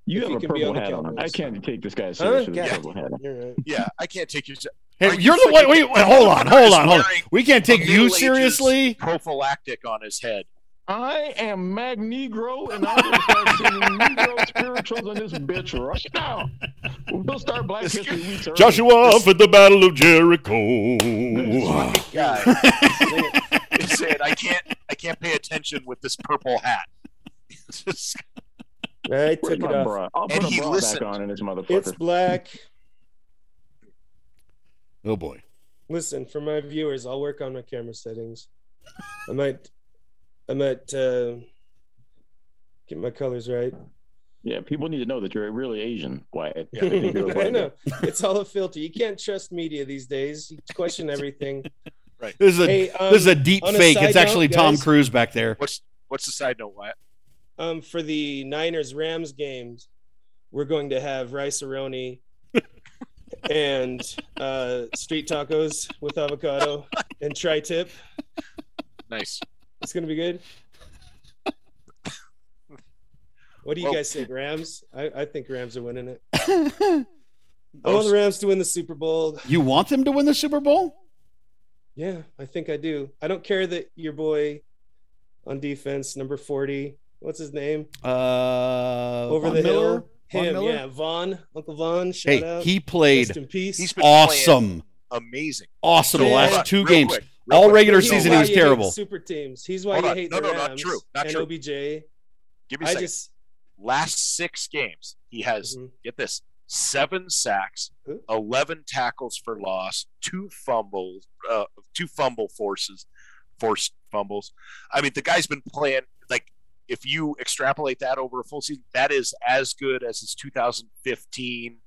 Speaker 4: You
Speaker 3: If
Speaker 4: have
Speaker 3: he
Speaker 4: a
Speaker 3: can be
Speaker 4: purple
Speaker 3: on the
Speaker 4: hat on. I
Speaker 3: Cowboys.
Speaker 4: can't take this guy
Speaker 3: Huh?
Speaker 4: seriously with
Speaker 3: Yeah.
Speaker 4: a purple hat on.
Speaker 3: You're right.
Speaker 2: Yeah, I can't take you. se- Are
Speaker 1: Hey,
Speaker 2: you
Speaker 1: you're the
Speaker 2: freaking
Speaker 1: one. Wait, wait, hold on, hold on, hold on.
Speaker 2: wearing
Speaker 1: We can't take
Speaker 2: a
Speaker 1: you
Speaker 2: Middle Ages
Speaker 1: seriously.
Speaker 2: Prophylactic on his head.
Speaker 4: I am Mag Negro, and I'm gonna start singing Negro spirituals on this bitch right now. We'll start Black
Speaker 2: This-
Speaker 4: History Week. early.
Speaker 1: Joshua for the Battle of
Speaker 4: This
Speaker 1: Jericho.
Speaker 2: Fucking guy. It's saying I can't I can't pay attention with this purple hat. It's just-
Speaker 3: I
Speaker 4: Where's
Speaker 3: took it
Speaker 4: my
Speaker 3: off.
Speaker 4: bra? I'll
Speaker 2: And
Speaker 4: put
Speaker 2: he
Speaker 4: a bra
Speaker 2: listened.
Speaker 4: back on in this
Speaker 3: It's
Speaker 4: motherfucker.
Speaker 3: black.
Speaker 1: oh boy.
Speaker 3: Listen, for my viewers, I'll work on my camera settings. I might, I might uh, get my colors right.
Speaker 4: Yeah, people need to know that you're really Asian, Wyatt. Yeah, they think you're a
Speaker 3: I
Speaker 4: white
Speaker 3: know it's all a filter. You can't trust media these days. You question everything.
Speaker 1: This is a
Speaker 3: Hey, um,
Speaker 1: this is a deep
Speaker 3: on a
Speaker 1: fake.
Speaker 3: side
Speaker 1: It's actually
Speaker 3: note,
Speaker 1: Tom
Speaker 3: guys-
Speaker 1: Cruise back there.
Speaker 2: what's what's the side note? Wyatt?
Speaker 3: um, for the Niners Rams games, we're going to have rice aroni and uh, street tacos with avocado and tri tip.
Speaker 2: Nice.
Speaker 3: It's gonna be good. What do you
Speaker 2: Well-
Speaker 3: guys think, Rams? I, I think Rams are winning it. I want the
Speaker 2: Those-
Speaker 3: Rams to win the Super Bowl.
Speaker 1: You want them to win the Super Bowl?
Speaker 3: Yeah, I think I do. I don't care that your boy on defense, number 40, what's his name?
Speaker 1: Uh,
Speaker 3: Over
Speaker 1: Von
Speaker 3: the
Speaker 1: Miller?
Speaker 3: hill.
Speaker 1: Von
Speaker 3: Him,
Speaker 1: Miller?
Speaker 3: yeah. Vaughn, Uncle Vaughn, shout
Speaker 1: Hey,
Speaker 3: out.
Speaker 1: he
Speaker 3: Rest
Speaker 1: played
Speaker 3: in peace.
Speaker 2: He's been
Speaker 1: awesome,
Speaker 2: amazing.
Speaker 1: awesome the
Speaker 3: Yeah.
Speaker 1: last
Speaker 2: Hold on,
Speaker 1: two
Speaker 2: real
Speaker 1: games.
Speaker 2: quick, real
Speaker 1: All
Speaker 2: quick.
Speaker 1: regular
Speaker 3: He's
Speaker 1: season,
Speaker 3: why
Speaker 1: he was
Speaker 3: you hate
Speaker 1: terrible.
Speaker 3: Super teams. He's why
Speaker 2: Hold
Speaker 3: you
Speaker 2: on.
Speaker 3: hate
Speaker 2: No,
Speaker 3: the
Speaker 2: no,
Speaker 3: Rams
Speaker 2: not true. Not
Speaker 3: and
Speaker 2: true.
Speaker 3: OBJ.
Speaker 2: Give me a
Speaker 3: I
Speaker 2: second.
Speaker 3: just
Speaker 2: Last six games, he has
Speaker 3: Mhm.
Speaker 2: get this seven sacks,
Speaker 3: Who?
Speaker 2: eleven tackles for loss, two fumbles, uh, two fumble forces, forced fumbles. I mean, the guy's been playing like if you extrapolate that over a full season, that is as good as his 2015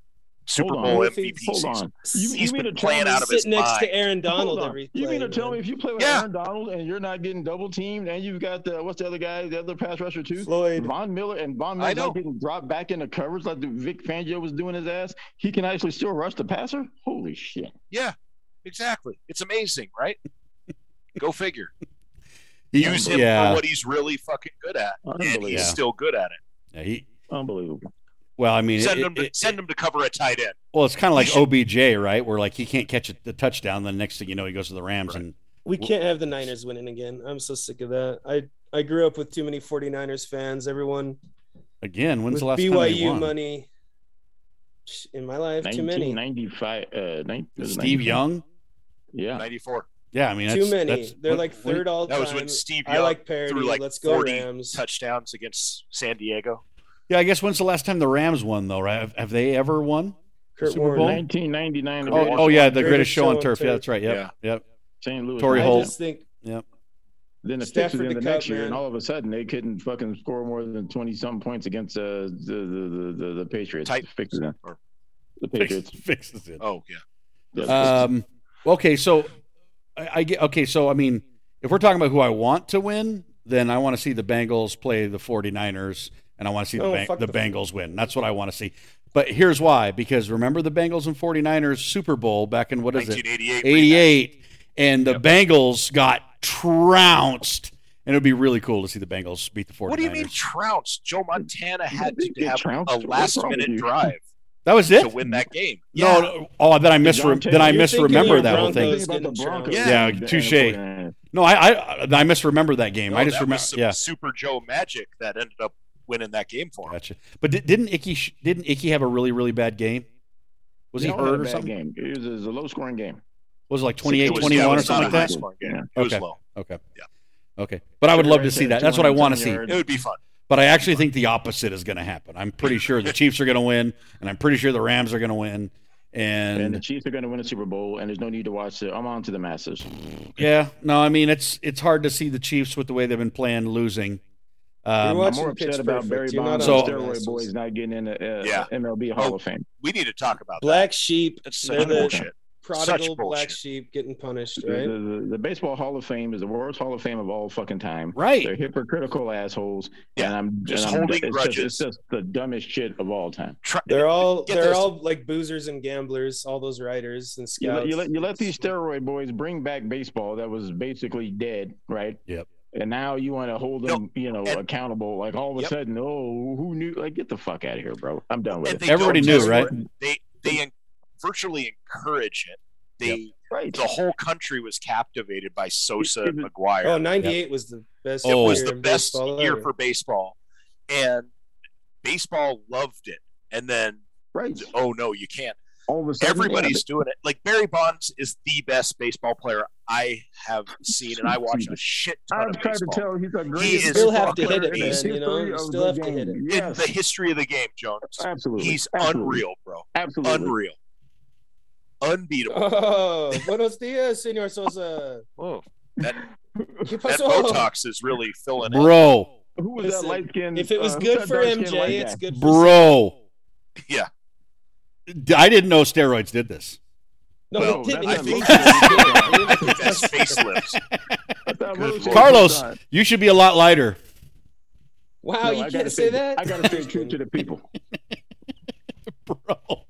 Speaker 2: Super
Speaker 4: on.
Speaker 2: Bowl
Speaker 3: What if
Speaker 2: MVP
Speaker 3: he's-
Speaker 4: Hold
Speaker 2: season.
Speaker 4: on. You,
Speaker 2: He's
Speaker 4: you mean
Speaker 2: been
Speaker 4: to tell
Speaker 2: playing
Speaker 4: me-
Speaker 2: out of his
Speaker 3: sit next
Speaker 2: mind.
Speaker 3: to Aaron Donald
Speaker 4: Hold on.
Speaker 3: every
Speaker 4: You mean to
Speaker 3: play,
Speaker 4: tell me
Speaker 3: man.
Speaker 4: if you play with
Speaker 2: Yeah.
Speaker 4: Aaron Donald and you're not getting double teamed, and you've got the what's the other guy, the other pass rusher too?
Speaker 3: Floyd.
Speaker 4: Von Miller and Von
Speaker 2: I
Speaker 4: Miller's
Speaker 2: know.
Speaker 4: not getting dropped back into coverage like the Vic Fangio was doing his ass. He can actually still rush the passer. Holy shit!
Speaker 2: Yeah, exactly. It's amazing, right? Go figure.
Speaker 1: He-
Speaker 2: Use him for
Speaker 1: yeah,
Speaker 2: what he's really fucking good at, and
Speaker 4: Unbelievable!
Speaker 2: he's
Speaker 1: Yeah.
Speaker 2: still good at it.
Speaker 1: Yeah, he-
Speaker 4: Unbelievable!
Speaker 1: well, I mean,
Speaker 2: Send
Speaker 1: it-
Speaker 2: him to
Speaker 1: it-
Speaker 2: send him to cover a tight end.
Speaker 1: Well, it's kind of like
Speaker 2: should-
Speaker 1: OBJ, right? Where like he can't catch a, the touchdown, then next thing you know, he goes to the Rams
Speaker 2: Right.
Speaker 1: and
Speaker 3: We can't have the Niners winning again. I'm so sick of that. I I grew up with too many 49ers fans. Everyone
Speaker 1: again. When's
Speaker 3: with
Speaker 1: the last time they
Speaker 3: BYU
Speaker 1: won?
Speaker 3: money in my life. Too many.
Speaker 4: 1995. Uh, nine- was it
Speaker 1: Steve
Speaker 4: 19?
Speaker 1: Young.
Speaker 4: Yeah.
Speaker 2: Ninety four.
Speaker 1: Yeah, I mean, that's,
Speaker 3: Too many.
Speaker 1: that's-
Speaker 3: They're
Speaker 1: what-
Speaker 3: like
Speaker 1: what-
Speaker 3: third all
Speaker 2: That was
Speaker 3: time.
Speaker 2: when Steve
Speaker 3: I
Speaker 2: Young
Speaker 3: like parity.
Speaker 2: threw, like,
Speaker 3: Let's go
Speaker 2: 40
Speaker 3: Rams.
Speaker 2: touchdowns against San Diego.
Speaker 1: Yeah, I guess when's the last time the Rams won though? Right? Have, have they ever won?
Speaker 3: Kurt
Speaker 1: Super Bowl?
Speaker 3: Warren.
Speaker 4: 1999.
Speaker 1: Oh,
Speaker 4: Greatest
Speaker 1: oh yeah,
Speaker 4: Show
Speaker 1: the
Speaker 4: on
Speaker 1: greatest show on turf. Yeah, that's right. Yep.
Speaker 2: Yeah.
Speaker 1: Yep.
Speaker 4: St. Louis.
Speaker 1: Torrey
Speaker 3: I
Speaker 1: Holt.
Speaker 3: just think
Speaker 4: Then the
Speaker 3: Stafford
Speaker 4: Sixers in the
Speaker 3: to
Speaker 4: next
Speaker 3: Cup,
Speaker 4: year,
Speaker 3: man.
Speaker 4: and all of a sudden they couldn't fucking score more than twenty some points against uh, the, the, the the the Patriots.
Speaker 2: Titans.
Speaker 4: Fixes them.
Speaker 2: Or-
Speaker 4: The
Speaker 1: Fix,
Speaker 4: Patriots.
Speaker 1: fixes it.
Speaker 2: Oh yeah.
Speaker 4: Yeah,
Speaker 1: Um, okay, so I, I get okay, so I mean, if we're talking about who I want to win, then I want to see the Bengals play the 49ers and I want to see the,
Speaker 3: Oh,
Speaker 1: Ban-
Speaker 3: fuck
Speaker 1: the
Speaker 3: the-
Speaker 1: Bengals win. That's what I want to see. But here's why because remember the Bengals and 49ers Super Bowl back in what is it? 88
Speaker 2: 1988.
Speaker 1: and the Bengals got trounced. And it would be really cool to see the Bengals beat the 49ers.
Speaker 2: What do you mean trounce? Joe Montana had
Speaker 4: Did
Speaker 2: to
Speaker 4: you
Speaker 2: have
Speaker 4: trounce?
Speaker 2: a
Speaker 4: What's
Speaker 2: last
Speaker 4: wrong with
Speaker 2: minute
Speaker 4: you?
Speaker 2: drive
Speaker 1: That was
Speaker 2: to
Speaker 1: it?
Speaker 2: win that game.
Speaker 1: No, no, oh, then I
Speaker 4: John
Speaker 1: misrem-
Speaker 4: Taylor,
Speaker 1: then I
Speaker 3: you're thinking
Speaker 1: misremember
Speaker 3: of
Speaker 1: that whole
Speaker 3: Broncos
Speaker 1: thing.
Speaker 4: Think about the
Speaker 3: getting
Speaker 4: Broncos.
Speaker 1: trounced. Yeah,
Speaker 4: and the
Speaker 1: touche.
Speaker 4: 49ers.
Speaker 1: No, I, I I misremember that game.
Speaker 2: No,
Speaker 1: I just
Speaker 2: that
Speaker 1: remember.
Speaker 2: was some
Speaker 1: Yeah,
Speaker 2: Super Joe magic that ended up winning that game for him.
Speaker 1: gotcha. But di- didn't Icky sh- didn't Icky have a really really bad game? Was he
Speaker 4: They all had
Speaker 1: hurt
Speaker 4: a
Speaker 1: or
Speaker 4: bad
Speaker 1: something?
Speaker 4: Game. It was, it was a low scoring game.
Speaker 1: Was it like
Speaker 2: It
Speaker 1: 28,
Speaker 2: was-
Speaker 1: 21
Speaker 2: yeah, it
Speaker 1: or
Speaker 2: was
Speaker 1: something like
Speaker 2: not a
Speaker 1: that?
Speaker 2: high scoring game.
Speaker 4: Yeah.
Speaker 2: It was
Speaker 1: Okay.
Speaker 2: low.
Speaker 1: Okay.
Speaker 2: Yeah.
Speaker 1: Okay. But I would love to see that. That's what I want to see.
Speaker 2: It would be fun.
Speaker 1: But I actually think the opposite is going to happen. I'm pretty sure the Chiefs are going to win, and I'm pretty sure the Rams are going to win.
Speaker 4: And the
Speaker 1: And
Speaker 4: Chiefs are going to win a Super Bowl, and there's no need to watch it. I'm on to the masses.
Speaker 1: yeah, no, I mean it's it's hard to see the Chiefs with the way they've been playing losing.
Speaker 3: You're
Speaker 1: Um,
Speaker 4: I'm
Speaker 3: watching
Speaker 4: more
Speaker 3: Pitch
Speaker 4: upset about
Speaker 3: Perfect.
Speaker 4: Barry
Speaker 3: You're not
Speaker 4: Bonds
Speaker 1: on
Speaker 4: and
Speaker 1: the
Speaker 4: steroid
Speaker 3: masses.
Speaker 4: boys not getting in the uh,
Speaker 2: Yeah.
Speaker 4: MLB Hall
Speaker 2: Oh.
Speaker 4: of Fame.
Speaker 2: We need to talk about
Speaker 3: black sheep.
Speaker 2: that. That's
Speaker 3: they're
Speaker 2: such
Speaker 3: the
Speaker 2: bullshit.
Speaker 3: prodigal
Speaker 2: Such bullshit.
Speaker 3: black sheep getting punished,
Speaker 4: The-
Speaker 3: right?
Speaker 4: The, the- the baseball Hall of Fame is the worst Hall of Fame of all fucking time. They're
Speaker 1: right.
Speaker 4: hypocritical assholes. And
Speaker 2: Yeah,
Speaker 4: I'm
Speaker 2: just
Speaker 4: and I'm-
Speaker 2: holding
Speaker 4: it's
Speaker 2: grudges.
Speaker 4: Just, it's just the dumbest shit of all time.
Speaker 2: Try-
Speaker 3: They're all
Speaker 2: Yeah,
Speaker 3: they're
Speaker 2: there's-
Speaker 3: all like boozers and gamblers. All those writers and
Speaker 4: You,
Speaker 3: scouts.
Speaker 4: let, you, let, you let these steroid boys bring back baseball that was basically dead, right?
Speaker 1: Yep.
Speaker 4: And now you want to hold them, you know,
Speaker 2: and-
Speaker 4: accountable. Like all of a
Speaker 2: Yep.
Speaker 4: sudden, oh, who knew? Like, get the fuck out of here, bro. I'm done with
Speaker 2: and
Speaker 4: it.
Speaker 2: they
Speaker 1: Everybody
Speaker 2: don't
Speaker 1: knew,
Speaker 2: just-
Speaker 1: right?
Speaker 2: They they en- virtually encourage it. They
Speaker 4: Right.
Speaker 2: the whole country was captivated by Sosa and
Speaker 3: Oh,
Speaker 2: McGuire.
Speaker 3: 98 was the best.
Speaker 1: It
Speaker 2: Oh, it was
Speaker 3: year
Speaker 2: the
Speaker 3: in
Speaker 2: best
Speaker 3: baseball
Speaker 2: year
Speaker 3: ever.
Speaker 2: for baseball, and baseball loved it. And then,
Speaker 4: Right.
Speaker 2: oh no, you can't.
Speaker 4: All of a sudden,
Speaker 2: Everybody's doing it. Like Barry Bonds is the best baseball player I have seen, and I watch a shit
Speaker 4: yeah,
Speaker 2: ton
Speaker 4: I'm
Speaker 2: of
Speaker 4: trying to
Speaker 2: baseball.
Speaker 4: tell he's a great.
Speaker 2: He is
Speaker 3: still have to
Speaker 2: fucking
Speaker 3: hit it, man.
Speaker 2: amazing.
Speaker 3: You know, you still have to hit it.
Speaker 2: in the history of the game, Jones.
Speaker 4: absolutely.
Speaker 2: He's
Speaker 4: absolutely,
Speaker 2: unreal, bro.
Speaker 4: Absolutely.
Speaker 2: Unreal. Unbeatable.
Speaker 3: Oh, buenos dias, Senor Sosa.
Speaker 2: Oh, that,
Speaker 3: ¿Qué
Speaker 2: that
Speaker 3: pasó?
Speaker 2: Botox is really filling in.
Speaker 1: Bro,
Speaker 4: Who was
Speaker 3: Listen,
Speaker 4: that uh, light skinned?
Speaker 3: If it was good for MJ, it's good for
Speaker 1: bro.
Speaker 2: Yeah.
Speaker 1: I didn't know steroids did this.
Speaker 3: No,
Speaker 2: Well,
Speaker 3: it didn't.
Speaker 2: I
Speaker 3: It
Speaker 2: think-
Speaker 3: didn't.
Speaker 2: I think that's facelifts.
Speaker 1: Carlos, you should be a lot lighter.
Speaker 3: Wow, you can't say that.
Speaker 4: I gotta stay true to the people.
Speaker 1: Bro,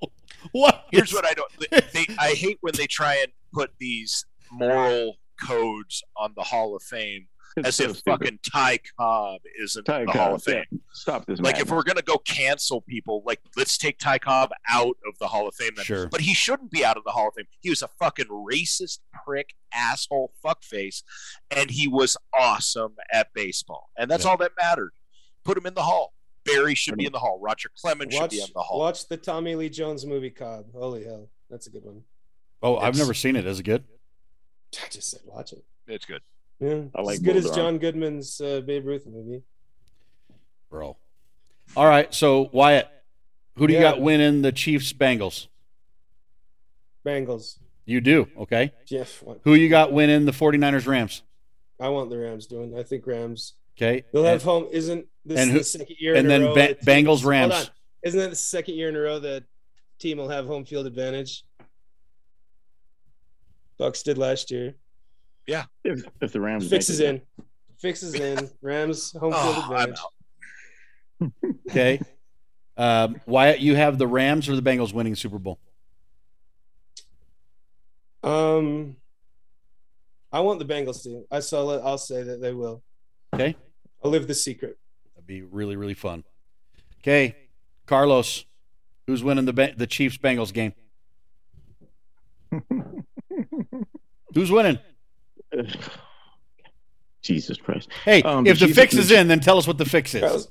Speaker 1: what?
Speaker 2: Here's
Speaker 1: is-
Speaker 2: what I don't. They, I hate when they try and put these moral codes on the Hall of Fame
Speaker 4: It's
Speaker 2: as
Speaker 4: so
Speaker 2: if
Speaker 4: stupid.
Speaker 2: fucking Ty Cobb isn't
Speaker 4: Ty
Speaker 2: in the
Speaker 4: Cobb,
Speaker 2: Hall of Fame.
Speaker 4: stop this.
Speaker 2: Like, if we're gonna go cancel people, like let's take Ty Cobb out of the Hall of Fame. Then.
Speaker 1: Sure.
Speaker 2: But he shouldn't be out of the Hall of Fame. He was a fucking racist prick, asshole, fuckface, and he was awesome at baseball, and that's
Speaker 1: Yeah.
Speaker 2: all that mattered. Put him in the Hall. Barry should be in the Hall. Roger Clemens should
Speaker 3: Watch,
Speaker 2: be in the Hall.
Speaker 3: watch the Tommy Lee Jones movie Cobb. Holy hell, that's a good one.
Speaker 1: Oh, I've
Speaker 2: It's-
Speaker 1: never seen it. Is it good?
Speaker 3: I just said watch it.
Speaker 2: It's good.
Speaker 3: Yeah,
Speaker 4: I like
Speaker 3: as good as
Speaker 4: Bulldog.
Speaker 3: John Goodman's uh, Babe Ruth movie.
Speaker 1: Bro. All right. So, Wyatt, who do you
Speaker 3: Yeah.
Speaker 1: got winning the Chiefs Bengals?
Speaker 3: Bengals.
Speaker 1: You do. Okay.
Speaker 3: Jeff, what-
Speaker 1: Who you got winning the 49ers Rams?
Speaker 3: I want the Rams doing. I think Rams.
Speaker 1: Okay.
Speaker 3: They'll have
Speaker 1: And,
Speaker 3: home. Isn't this
Speaker 1: and who-
Speaker 3: the second year?
Speaker 1: and
Speaker 3: in a
Speaker 1: then
Speaker 3: row
Speaker 1: ba-
Speaker 3: that teams-
Speaker 1: Bengals Rams.
Speaker 3: Hold on. Isn't that the second year in a row that team will have home field advantage? Bucks did last year.
Speaker 4: if, if the Rams
Speaker 3: Fixes
Speaker 4: make it.
Speaker 3: in. Fixes in. Rams home field
Speaker 2: Oh, I'm
Speaker 3: advantage.
Speaker 2: out.
Speaker 1: Okay. Um, Wyatt, you have the Rams or the Bengals winning Super Bowl?
Speaker 3: Um, I want the Bengals to. I saw. I'll say that they will.
Speaker 1: Okay.
Speaker 3: I'll live the secret.
Speaker 1: That'd be really, really fun. Okay. Carlos, who's winning the, Ba- the Chiefs Bengals game? Who's winning?
Speaker 4: Jesus Christ.
Speaker 1: Hey,
Speaker 4: Um,
Speaker 1: if the
Speaker 4: Jesus-
Speaker 1: fix is in, then tell us what the fix is.
Speaker 3: Carlos,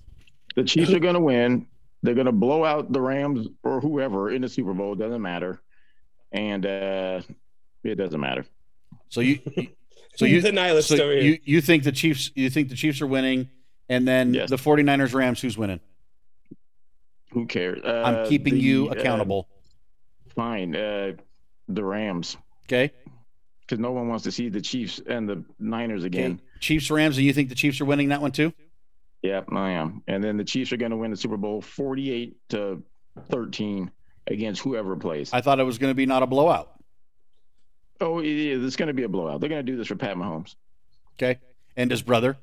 Speaker 4: The Chiefs are going to win. They're going to blow out the Rams or whoever in the Super Bowl. Doesn't matter. And uh, it doesn't matter.
Speaker 1: So you, so you,
Speaker 3: the nihilist
Speaker 1: so
Speaker 3: over here.
Speaker 1: you, you think the Chiefs, you think the Chiefs are winning, and then
Speaker 4: Yes.
Speaker 1: the 49ers Rams, who's winning?
Speaker 4: Who cares? Uh,
Speaker 1: I'm keeping
Speaker 4: the,
Speaker 1: you
Speaker 4: uh,
Speaker 1: accountable.
Speaker 4: fine. Uh, the Rams,
Speaker 1: okay.
Speaker 4: because no one wants to see the Chiefs and the Niners again.
Speaker 1: Chiefs Rams, and you think the Chiefs are winning that one too?
Speaker 4: Yep, I am. And then the Chiefs are going to win the Super Bowl 48 to 13 against whoever plays.
Speaker 1: I thought it was going to be not a blowout.
Speaker 4: oh, it is. It's going to be a blowout. They're going to do this for Pat Mahomes.
Speaker 1: Okay. And his brother,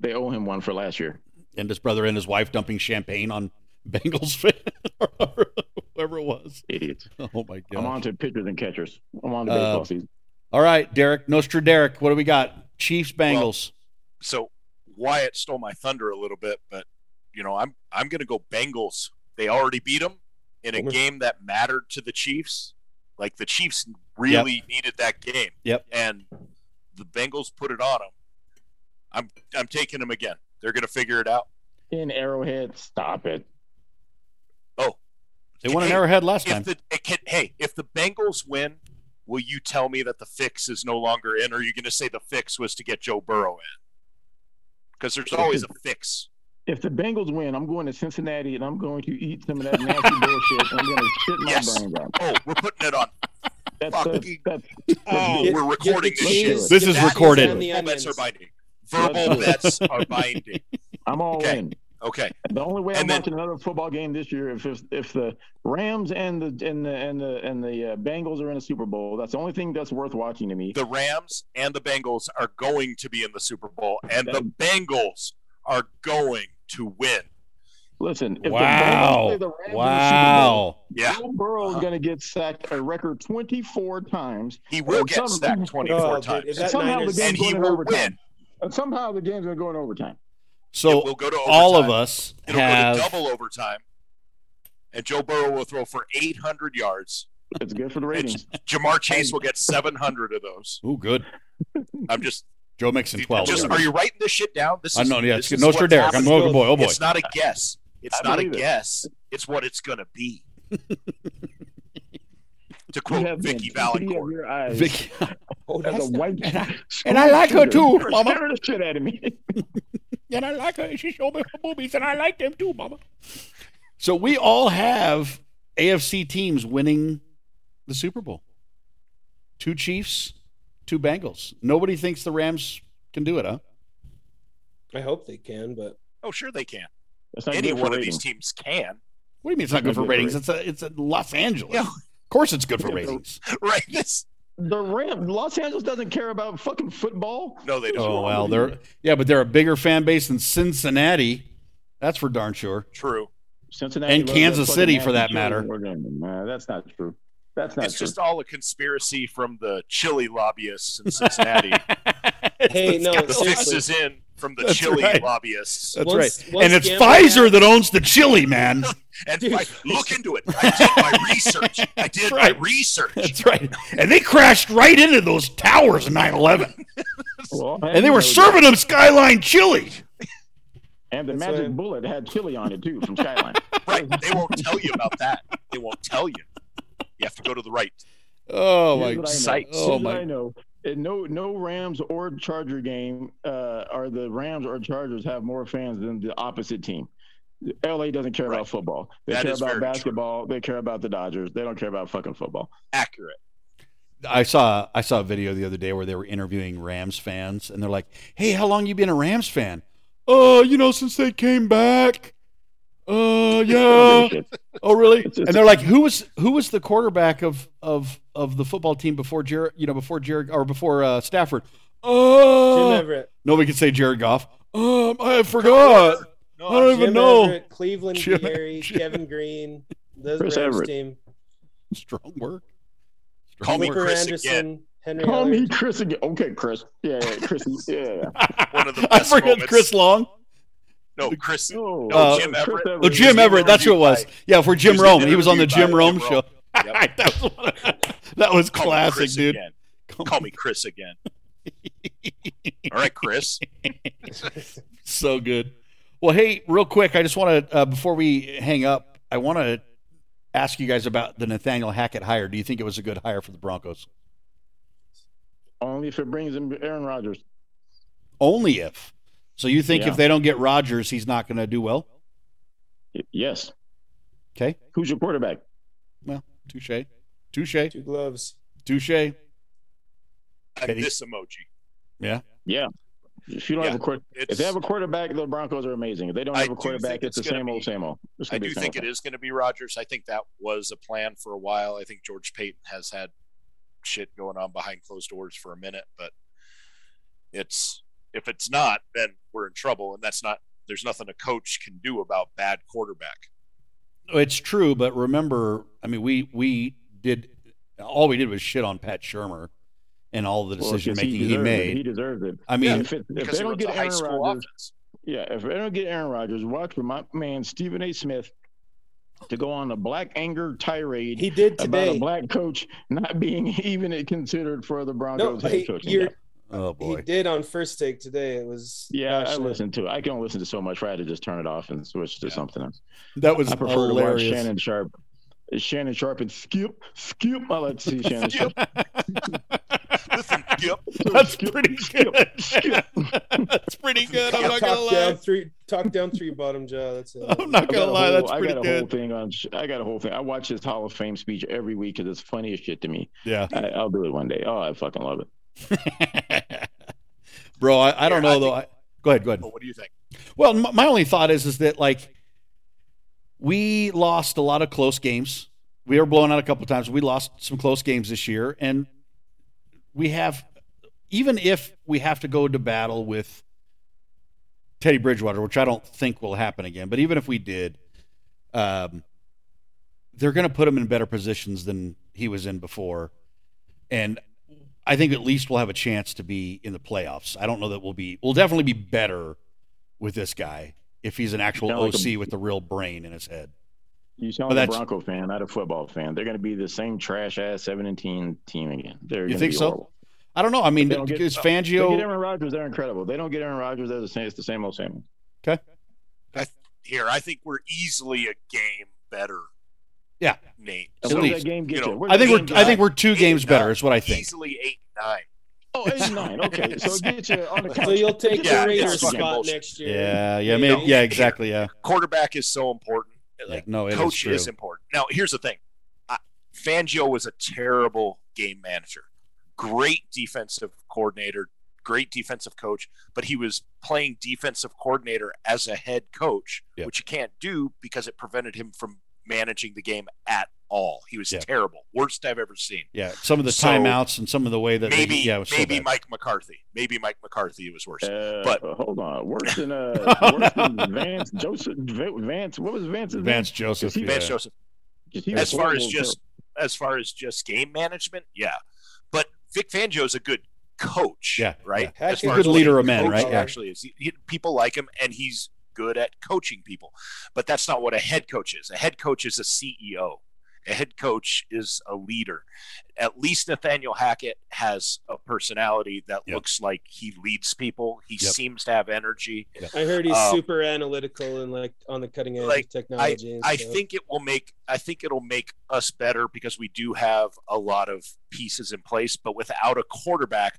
Speaker 4: They owe him one for last year.
Speaker 1: and his brother and his wife dumping champagne on Bengals fan or whoever it was.
Speaker 4: Idiots.
Speaker 1: Oh my
Speaker 4: I'm
Speaker 1: god!
Speaker 4: on to pitchers and catchers. I'm on to
Speaker 1: Uh,
Speaker 4: baseball season.
Speaker 1: All right, Derek, Nostra Derek, what do we got? Chiefs Bengals.
Speaker 2: So Wyatt stole my thunder a little bit, but you know I'm I'm going to go Bengals. They already beat them in a
Speaker 3: Mhm.
Speaker 2: game that mattered to the Chiefs. Like the Chiefs really needed that game.
Speaker 1: Yep.
Speaker 2: And the Bengals put it on them. I'm I'm taking them again. They're going to figure it out.
Speaker 4: In Arrowhead, stop it.
Speaker 1: they won an
Speaker 2: Hey,
Speaker 1: Arrowhead last time.
Speaker 2: If the it can, hey, if the Bengals win, will you tell me that the fix is no longer in, or are you going to say the fix was to get Joe Burrow in? Because there's always a fix.
Speaker 4: If the Bengals win, I'm going to Cincinnati and I'm going to eat some of that nasty bullshit. And I'm going to shit my
Speaker 2: Yes.
Speaker 4: brains out.
Speaker 2: Oh, we're putting it on.
Speaker 4: That's, that's,
Speaker 2: Fucking-
Speaker 4: that's,
Speaker 3: Oh,
Speaker 2: We're recording
Speaker 3: get the
Speaker 2: this shit.
Speaker 3: cheese,
Speaker 1: This
Speaker 3: get
Speaker 1: is
Speaker 3: the cheese
Speaker 1: recorded.
Speaker 3: and the
Speaker 2: Verbal
Speaker 3: onions.
Speaker 2: bets are binding. Verbal bets are binding.
Speaker 4: I'm all
Speaker 2: Okay.
Speaker 4: in.
Speaker 2: Okay.
Speaker 4: The only way
Speaker 2: And
Speaker 4: I'm
Speaker 2: then-
Speaker 4: watching another football game this year if if, if the Rams and the and the and the and the uh, Bengals are in a Super Bowl. That's the only thing that's worth watching to me.
Speaker 2: The Rams and the Bengals are going to be in the Super Bowl, and the Bengals are going to win.
Speaker 4: Listen, if the Bengals
Speaker 1: wow!
Speaker 4: play the Rams in the Super Bowl,
Speaker 1: wow!
Speaker 2: Yeah.
Speaker 4: Joe Burrow is
Speaker 2: Uh-huh.
Speaker 4: going to get sacked a record 24 times.
Speaker 2: He will
Speaker 4: And
Speaker 2: get
Speaker 4: some-
Speaker 2: stacked 24
Speaker 1: uh,
Speaker 3: Oh, dude,
Speaker 2: times.
Speaker 3: if that
Speaker 4: Somehow the
Speaker 3: Niners-
Speaker 4: game's
Speaker 2: and he
Speaker 4: going
Speaker 2: will
Speaker 4: overtime.
Speaker 2: win.
Speaker 4: And somehow the game's going to go in overtime.
Speaker 2: It
Speaker 1: So
Speaker 2: will go to
Speaker 1: all
Speaker 2: overtime.
Speaker 1: of us
Speaker 2: It'll go to
Speaker 1: have
Speaker 2: double overtime, and Joe Burrow will throw for 800 yards.
Speaker 4: It's good for the ratings.
Speaker 2: Jamar Chase will get 700 of those.
Speaker 1: ooh good.
Speaker 2: I'm just,
Speaker 1: Joe Mixon twelve.
Speaker 2: just
Speaker 4: yeah.
Speaker 2: are you writing this shit down? This is,
Speaker 1: I know. Yeah,
Speaker 2: this
Speaker 1: it's
Speaker 2: is
Speaker 1: good. Nostra
Speaker 2: what's
Speaker 1: Derek. I'm
Speaker 2: happening.
Speaker 1: going good boy. Oh boy.
Speaker 2: It's not a guess. It's
Speaker 4: I
Speaker 2: not a
Speaker 4: believe it.
Speaker 2: guess. It's what it's going to be. to
Speaker 4: You
Speaker 2: quote
Speaker 4: have the
Speaker 2: Vicky
Speaker 4: intensity of
Speaker 2: Valancourt.
Speaker 4: your eyes
Speaker 1: Vic-
Speaker 3: Oh,
Speaker 4: as a
Speaker 3: that's
Speaker 4: white
Speaker 1: And I like her too,
Speaker 4: You're
Speaker 1: mama.
Speaker 4: scaring the shit out of me.
Speaker 1: and I like her. She showed me her boobies, and I like them too, Mama. So we all have AFC teams winning the Super Bowl. Two Chiefs, two Bengals. Nobody thinks the Rams can do it, huh?
Speaker 3: I hope they can, but
Speaker 2: Oh, sure they can.
Speaker 4: That's not
Speaker 2: Any
Speaker 4: good for
Speaker 2: one of
Speaker 4: ratings.
Speaker 2: these teams can.
Speaker 1: What do you mean it's not good for
Speaker 4: Good
Speaker 1: ratings?
Speaker 4: rate.
Speaker 1: It's a, it's a Los Angeles.
Speaker 2: Yeah.
Speaker 1: Of course, it's good for ratings.
Speaker 2: Right? This?
Speaker 4: The Rams, Los Angeles doesn't care about fucking football.
Speaker 2: No, they don't.
Speaker 1: Oh
Speaker 4: wrong
Speaker 1: well,
Speaker 4: with
Speaker 1: they're yeah, but they're a bigger fan base than Cincinnati. That's for darn sure.
Speaker 2: True.
Speaker 4: Cincinnati
Speaker 1: And
Speaker 4: loves
Speaker 1: Kansas
Speaker 4: that fucking
Speaker 1: City, for that
Speaker 4: Nazi
Speaker 1: matter.
Speaker 4: children organization. Nah, that's not true. That's not
Speaker 2: It's
Speaker 4: true.
Speaker 2: just all a conspiracy from the chili lobbyists in Cincinnati.
Speaker 3: hey, no,
Speaker 2: the
Speaker 3: seriously.
Speaker 2: fix is in from the
Speaker 1: That's
Speaker 2: chili
Speaker 1: right.
Speaker 2: lobbyists.
Speaker 1: That's
Speaker 3: Once-
Speaker 1: right.
Speaker 3: once
Speaker 1: and it's
Speaker 3: gambling
Speaker 1: Pfizer
Speaker 3: happened-
Speaker 1: that owns the chili, man.
Speaker 2: And
Speaker 3: Dude.
Speaker 2: I, look into it. I did my research. I did
Speaker 1: Right.
Speaker 2: my research.
Speaker 1: That's right. And they crashed right into those towers in 9 11.
Speaker 4: Well,
Speaker 1: And they were serving them skyline chili.
Speaker 4: And the
Speaker 3: That's
Speaker 4: magic
Speaker 3: right.
Speaker 4: bullet had chili on it too from Skyline.
Speaker 2: Right. They won't tell you about that. They won't tell you. You have to go to the right.
Speaker 1: Oh,
Speaker 4: Here's
Speaker 1: my.
Speaker 4: what I know.
Speaker 2: sights.
Speaker 1: Oh,
Speaker 4: Here's what
Speaker 1: my-
Speaker 4: I know. And no, no Rams or Charger game uh, are the Rams or Chargers have more fans than the opposite team. LA doesn't care
Speaker 2: Right.
Speaker 4: about football. They
Speaker 2: That
Speaker 4: care
Speaker 2: is
Speaker 4: about
Speaker 2: very true.
Speaker 4: basketball. They care about the Dodgers. They don't care about fucking football.
Speaker 2: Accurate.
Speaker 1: I saw I saw a video the other day where they were interviewing Rams fans, and they're like, "Hey, how long you been a Rams fan?" Oh, you know, since they came back. Uh,
Speaker 4: They don't
Speaker 1: yeah.
Speaker 4: give a shit.
Speaker 1: Oh, really?
Speaker 4: It's-
Speaker 1: And
Speaker 4: it's-
Speaker 1: they're like, "Who was who was the quarterback of of of the football team before Jared? You know, before Jared or before uh, Stafford?"
Speaker 3: Jim
Speaker 1: Oh,
Speaker 3: Everett.
Speaker 1: nobody could say Jared Goff. Um, I forgot.
Speaker 2: No,
Speaker 1: I don't
Speaker 3: Jim
Speaker 1: even know.
Speaker 3: Everett, Cleveland
Speaker 1: Jim-
Speaker 3: Gary,
Speaker 1: Jim-
Speaker 3: Kevin Green, the
Speaker 4: Chris
Speaker 3: Rams
Speaker 4: Everett.
Speaker 3: team,
Speaker 1: Strong work.
Speaker 2: Call me
Speaker 3: Cooper
Speaker 2: Chris
Speaker 3: Anderson,
Speaker 2: again.
Speaker 3: Henry.
Speaker 4: Call
Speaker 3: Elliott.
Speaker 4: me Chris again. Okay, Chris. Yeah, yeah, Chris. Yeah.
Speaker 2: One of the
Speaker 1: I
Speaker 2: best
Speaker 1: forgot
Speaker 2: moments.
Speaker 1: Chris Long.
Speaker 2: No, Chris.
Speaker 4: No,
Speaker 1: Uh,
Speaker 2: Jim Everett.
Speaker 1: Oh,
Speaker 2: He was
Speaker 1: Jim
Speaker 2: being
Speaker 1: Everett. That's who it was.
Speaker 2: interviewed
Speaker 1: Yeah, for Jim
Speaker 2: was being
Speaker 1: Rome. He was on the
Speaker 2: interviewed
Speaker 1: Jim
Speaker 2: by
Speaker 1: Rome
Speaker 2: Jim
Speaker 1: show.
Speaker 2: Rome. Yep.
Speaker 1: that was, one of- that was
Speaker 2: Call me
Speaker 1: classic,
Speaker 2: Chris
Speaker 1: dude.
Speaker 2: again.
Speaker 1: Come
Speaker 2: Call
Speaker 1: on.
Speaker 2: me Chris again. All right, Chris.
Speaker 1: So good. Well, hey, real quick, I just want to, uh, before we hang up, I want to ask you guys about the Nathaniel Hackett hire. Do you think it was a good hire for the Broncos?
Speaker 4: Only if it brings in Aaron Rodgers.
Speaker 1: Only if. So you think
Speaker 4: Yeah.
Speaker 1: if they don't get Rodgers, he's not going to do well?
Speaker 4: Y- Yes.
Speaker 1: Okay.
Speaker 4: Who's your quarterback?
Speaker 1: Touche. Touche.
Speaker 3: Two gloves.
Speaker 1: Touche.
Speaker 2: Like
Speaker 1: Teddy.
Speaker 2: Uh, this emoji.
Speaker 4: Yeah. If you don't
Speaker 2: Yeah,
Speaker 4: have a quarter,
Speaker 2: It's,
Speaker 4: if they have a quarterback, the Broncos are amazing. If they don't
Speaker 2: I
Speaker 4: have a
Speaker 2: do
Speaker 4: quarterback,
Speaker 2: think
Speaker 4: it's the
Speaker 2: it's gonna
Speaker 4: same old,
Speaker 2: be-
Speaker 4: same old. It's
Speaker 2: I
Speaker 4: gonna be
Speaker 2: do
Speaker 4: the same
Speaker 2: think
Speaker 4: old.
Speaker 2: it is going to be Rodgers. I think that was a plan for a while. I think George Payton has had shit going on behind closed doors for a minute, but it's if it's not, then we're in trouble, and that's not. There's nothing a coach can do about bad quarterback.
Speaker 1: It's true, but remember, I mean, we we did all we did was shit on Pat Shermer and all the
Speaker 4: Well,
Speaker 1: decision
Speaker 4: because
Speaker 1: making he,
Speaker 4: deserved it.
Speaker 1: made.
Speaker 4: He deserves it.
Speaker 1: I mean,
Speaker 4: if, it, if
Speaker 2: Because
Speaker 4: they
Speaker 2: it
Speaker 4: don't
Speaker 2: was
Speaker 4: get
Speaker 2: a high
Speaker 4: Aaron
Speaker 2: school
Speaker 4: Rodgers,
Speaker 2: offense.
Speaker 4: yeah, if they don't get Aaron Rodgers, watch for my man Stephen A. Smith to go on a black anger tirade
Speaker 3: He did
Speaker 4: about a
Speaker 3: today.
Speaker 4: black coach not being even considered for the
Speaker 3: No,
Speaker 4: Broncos
Speaker 3: he,
Speaker 4: head coaching.
Speaker 3: you're,
Speaker 4: job.
Speaker 1: oh
Speaker 3: he
Speaker 1: boy,
Speaker 3: did on first take today. It was
Speaker 4: Yeah, I
Speaker 3: passionate.
Speaker 4: listen to it. I can only listen to so much. I had to just turn it off and switch to
Speaker 2: Yeah.
Speaker 4: something else.
Speaker 1: that was
Speaker 4: I prefer
Speaker 1: hilarious.
Speaker 4: to watch Shannon Sharp. Shannon Sharp and Skip, Skip. I like to see Shannon Sharp.
Speaker 2: Listen, Gip,
Speaker 1: That's
Speaker 4: Skip,
Speaker 1: pretty
Speaker 4: Skip.
Speaker 1: good. That's pretty good. I'm not gonna
Speaker 3: Talk down
Speaker 1: lie.
Speaker 3: three, talk down three bottom jaw. That's it.
Speaker 1: I'm not
Speaker 4: I got
Speaker 1: gonna
Speaker 4: a
Speaker 1: lie.
Speaker 4: whole-
Speaker 1: That's
Speaker 4: I
Speaker 1: pretty
Speaker 4: got a whole
Speaker 1: good.
Speaker 4: thing on. I got a whole thing. I watch his Hall of Fame speech every week because it's funny as shit to me.
Speaker 1: Yeah,
Speaker 4: I, I'll do it one day. Oh, I fucking love it.
Speaker 1: bro. I, I don't
Speaker 2: Yeah, I Oh.
Speaker 1: know though. I, go ahead. Go ahead.
Speaker 2: what do you think?
Speaker 1: Well, my, my only thought is is that like we lost a lot of close games. We were blown out a couple of times. We lost some close games this year, and we have even if we have to go to battle with Teddy Bridgewater, which I don't think will happen again. But even if we did, um, they're going to put him in better positions than he was in before, and I think at least we'll have a chance to be in the playoffs. I don't know that we'll be. We'll definitely be better with this guy if he's an actual
Speaker 4: Sound like
Speaker 1: OC
Speaker 4: a-
Speaker 1: with the real brain in his head.
Speaker 4: You sound
Speaker 1: But
Speaker 4: like a
Speaker 1: that's-
Speaker 4: Bronco fan, not a football fan. They're going to be the same trash ass seven and team team again. They're
Speaker 1: You
Speaker 4: gonna
Speaker 1: think
Speaker 4: be
Speaker 1: so?
Speaker 4: horrible.
Speaker 1: I don't know. I mean,
Speaker 4: They don't get-
Speaker 1: is
Speaker 4: They get
Speaker 1: Fangio?
Speaker 4: Aaron Rodgers. They're incredible. They don't get Aaron Rodgers. They're the same. It's the same old same. old.
Speaker 2: Here, I think we're easily a game better.
Speaker 1: Yeah.
Speaker 2: Nate.
Speaker 4: And
Speaker 1: At
Speaker 4: where does
Speaker 1: least,
Speaker 4: that game get
Speaker 2: you
Speaker 4: you?
Speaker 2: know,
Speaker 4: Where
Speaker 1: I
Speaker 4: does
Speaker 1: think
Speaker 4: that
Speaker 1: we're.
Speaker 4: game
Speaker 1: I
Speaker 4: get
Speaker 1: think we're two
Speaker 2: Eight,
Speaker 1: games better.
Speaker 2: nine.
Speaker 1: Is what I think.
Speaker 2: easily eight nine.
Speaker 4: you? Oh, eight, nine. Okay, so it gets you on the couch.
Speaker 3: So you'll take
Speaker 2: Yeah,
Speaker 3: the Raiders
Speaker 2: it's fucking
Speaker 3: spot
Speaker 2: bullshit.
Speaker 3: next year.
Speaker 1: Yeah, yeah,
Speaker 3: You
Speaker 1: maybe,
Speaker 3: know?
Speaker 1: yeah, exactly, yeah.
Speaker 2: Quarterback is so important.
Speaker 1: yeah.
Speaker 2: Like
Speaker 1: No, it is
Speaker 2: coach
Speaker 1: true.
Speaker 2: is, important. Now, here's the thing: I, Fangio was a terrible game manager, great defensive coordinator, great defensive coach, but he was playing defensive coordinator as a head coach,
Speaker 1: Yep.
Speaker 2: which you can't do because it prevented him from managing the game at all. He was
Speaker 1: Yep.
Speaker 2: terrible, worst I've ever seen.
Speaker 1: Yeah, some of the
Speaker 2: So,
Speaker 1: timeouts and some of the way that
Speaker 2: Maybe,
Speaker 1: they, yeah, it was so
Speaker 2: maybe
Speaker 1: bad.
Speaker 2: Mike McCarthy. Maybe Mike McCarthy was worse.
Speaker 4: Uh,
Speaker 2: But-
Speaker 4: hold on, worse than uh,
Speaker 1: Oh,
Speaker 4: worse
Speaker 1: no.
Speaker 4: than Vance Joseph Va- Vance. What was Vance's name?
Speaker 1: Vance Joseph.
Speaker 4: Is he-
Speaker 2: Vance
Speaker 1: yeah.
Speaker 2: Joseph.
Speaker 4: He was
Speaker 2: as far as
Speaker 4: horrible.
Speaker 2: just as far as just game management, yeah. But Vic Fangio is a good coach,
Speaker 1: Yeah,
Speaker 2: right?
Speaker 3: yeah.
Speaker 2: As
Speaker 3: He's a
Speaker 2: far
Speaker 3: good
Speaker 2: as
Speaker 1: leader
Speaker 2: what
Speaker 1: of
Speaker 2: a
Speaker 1: men,
Speaker 2: coach
Speaker 1: right? Yeah.
Speaker 2: Actually, is He- he- people like him, and he's good at coaching people. But that's not what a head coach is. A head coach is a CEO. A head coach is a leader. At least Nathaniel Hackett has a personality that
Speaker 1: Yep.
Speaker 2: looks like he leads people. He
Speaker 1: Yep.
Speaker 2: seems to have energy.
Speaker 3: I heard he's
Speaker 2: Um,
Speaker 3: super analytical and like on the cutting edge
Speaker 2: like,
Speaker 3: of technology. and
Speaker 2: I
Speaker 3: stuff.
Speaker 2: think it will make I think it'll make us better because we do have a lot of pieces in place, but without a quarterback,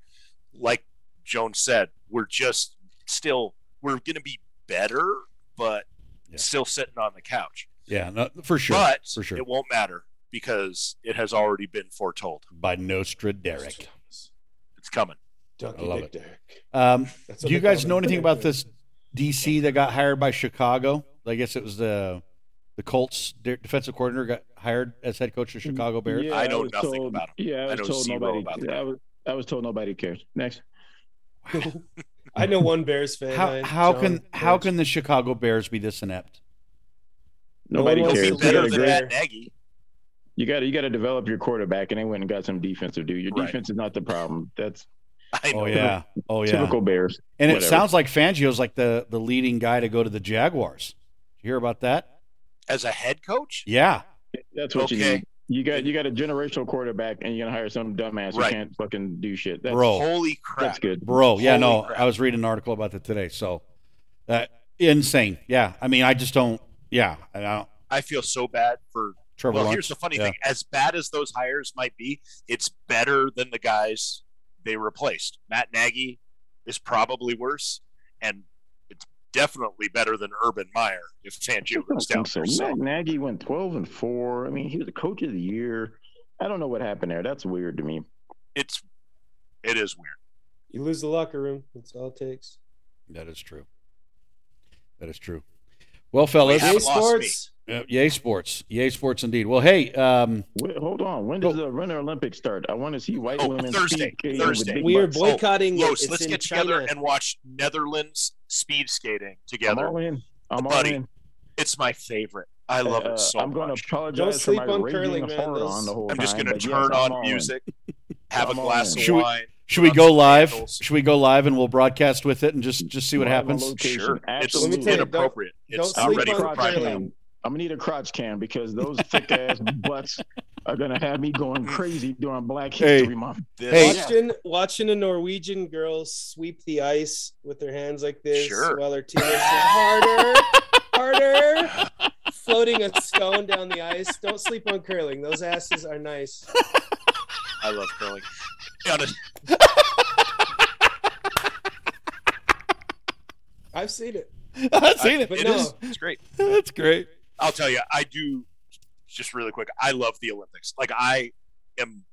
Speaker 2: like Jones said, we're just still we're gonna be better, but
Speaker 1: Yeah.
Speaker 2: still sitting on the couch.
Speaker 1: Yeah, no, for sure.
Speaker 2: but
Speaker 1: for sure.
Speaker 2: it won't matter because it has already been foretold.
Speaker 1: By Nostra Derek.
Speaker 2: It's coming.
Speaker 1: I
Speaker 3: Donkey
Speaker 1: love
Speaker 3: Dick
Speaker 1: it.
Speaker 3: Derek.
Speaker 1: Um,
Speaker 3: That's what
Speaker 1: do you
Speaker 3: they call
Speaker 1: guys
Speaker 3: him.
Speaker 1: know anything about this DC that got hired by Chicago? I guess it was the the Colts de- defensive coordinator got hired as head coach of Chicago Bears.
Speaker 4: Yeah,
Speaker 2: I know
Speaker 4: was
Speaker 2: nothing
Speaker 4: told-
Speaker 2: about him.
Speaker 4: Yeah, I was
Speaker 2: know
Speaker 4: told
Speaker 2: zero
Speaker 4: nobody.
Speaker 2: about that.
Speaker 4: I was, I was told nobody cares. Next,
Speaker 3: I know one Bears fan.
Speaker 1: How
Speaker 3: I-
Speaker 1: how
Speaker 3: John
Speaker 1: can how
Speaker 3: Bears.
Speaker 1: can the Chicago Bears be this inept?
Speaker 4: nobody
Speaker 3: one wants
Speaker 2: It'll
Speaker 4: cares.
Speaker 2: be
Speaker 3: to be
Speaker 4: You got
Speaker 2: better
Speaker 4: a
Speaker 2: than
Speaker 3: there.
Speaker 4: great-
Speaker 2: that Nagy.
Speaker 4: you got you got to develop your quarterback, and they went and got some defensive dude. Your
Speaker 2: Right.
Speaker 4: defense is not the problem. That's
Speaker 2: I know.
Speaker 1: Oh yeah, oh yeah.
Speaker 4: typical Bears.
Speaker 1: And it
Speaker 4: whatever.
Speaker 1: sounds like Fangio's like the the leading guy to go to the Jaguars. You hear about that?
Speaker 2: As a head coach?
Speaker 1: Yeah,
Speaker 4: That's what you
Speaker 2: Okay.
Speaker 4: need. You got you got a generational quarterback, and you're gonna hire some dumbass
Speaker 2: Right.
Speaker 4: who can't fucking do shit. That's,
Speaker 1: bro.
Speaker 2: Holy crap.
Speaker 4: that's good.
Speaker 1: bro yeah
Speaker 2: Holy
Speaker 1: no
Speaker 2: crap.
Speaker 1: i was reading an article about that today so uh, insane yeah i mean i just don't yeah i don't
Speaker 2: I feel so bad for
Speaker 1: trevor
Speaker 2: Well,
Speaker 1: Lawrence,
Speaker 2: here's the funny
Speaker 1: yeah.
Speaker 2: thing: as bad as those hires might be, it's better than the guys they replaced. Matt Nagy is probably worse, and it's definitely better than Urban Meyer if Fangio
Speaker 4: I
Speaker 2: goes down
Speaker 4: think so.
Speaker 2: there. So
Speaker 4: Matt Nagy went 12 and 4. I mean, he was the coach of the year. I don't know what happened there. That's weird to me.
Speaker 2: it's it is weird.
Speaker 3: You lose the locker room. That's all it takes.
Speaker 1: That is true. That is true. Well, fellas,
Speaker 2: We have
Speaker 3: Yay
Speaker 2: haven't lost
Speaker 3: Sports.
Speaker 1: uh, yay sports, yay sports indeed. Well, hey, um,
Speaker 4: Wait, hold on. When
Speaker 3: Oh.
Speaker 4: does the Winter Olympics start? I want to see white
Speaker 2: Oh,
Speaker 4: women.
Speaker 2: Thursday.
Speaker 4: PK with
Speaker 2: Thursday.
Speaker 4: big
Speaker 3: We are
Speaker 4: butts.
Speaker 2: boy-
Speaker 3: boycotting it.
Speaker 2: Oh, Los,
Speaker 3: It's
Speaker 2: let's
Speaker 3: in
Speaker 2: get
Speaker 3: China.
Speaker 2: together and watch Netherlands speed skating
Speaker 4: I'm
Speaker 2: together.
Speaker 4: all in. I'm all
Speaker 2: Buddy,
Speaker 4: in.
Speaker 2: It's my favorite. I love
Speaker 4: Uh,
Speaker 2: it so
Speaker 4: I'm going to
Speaker 2: much.
Speaker 4: apologize
Speaker 3: Don't
Speaker 4: for
Speaker 3: sleep
Speaker 4: my
Speaker 3: on
Speaker 4: raging
Speaker 3: curling, man.
Speaker 4: horror
Speaker 3: Those-
Speaker 4: on the whole
Speaker 2: I'm just
Speaker 4: time,
Speaker 2: going to
Speaker 4: but yes,
Speaker 2: turn
Speaker 4: I'm all
Speaker 2: on
Speaker 4: in.
Speaker 2: music, have a
Speaker 4: I'm all
Speaker 2: glass
Speaker 4: in.
Speaker 2: of
Speaker 1: Should we-
Speaker 2: wine.
Speaker 1: should we
Speaker 2: Run
Speaker 1: go
Speaker 2: some
Speaker 1: live?
Speaker 2: candles.
Speaker 1: Should we go live and we'll broadcast with it and just just see what
Speaker 4: Live on
Speaker 1: happens?
Speaker 4: location.
Speaker 2: Sure.
Speaker 4: Absolutely.
Speaker 2: It's
Speaker 3: Let me tell you,
Speaker 2: inappropriate.
Speaker 3: don't
Speaker 2: it's not
Speaker 3: sleep
Speaker 2: ready
Speaker 3: on
Speaker 2: for prime
Speaker 4: crotch
Speaker 3: curling.
Speaker 2: time.
Speaker 4: cam. I'm gonna need a crotch cam because those thick ass butts are gonna have me going crazy during Black
Speaker 1: Hey.
Speaker 4: History Month.
Speaker 2: This-
Speaker 1: Hey.
Speaker 3: Watching watching a Norwegian girl sweep the ice with their hands like this
Speaker 2: Sure.
Speaker 3: while her teammates say, harder, harder, floating a scone down the ice. Don't sleep on curling. Those asses are nice.
Speaker 2: I love curling. On a-
Speaker 3: I've seen it.
Speaker 1: I've seen it.
Speaker 3: But
Speaker 2: it
Speaker 3: no.
Speaker 2: is- It's great.
Speaker 1: That's great.
Speaker 2: I'll tell you, I do just really quick. I love the Olympics. Like I am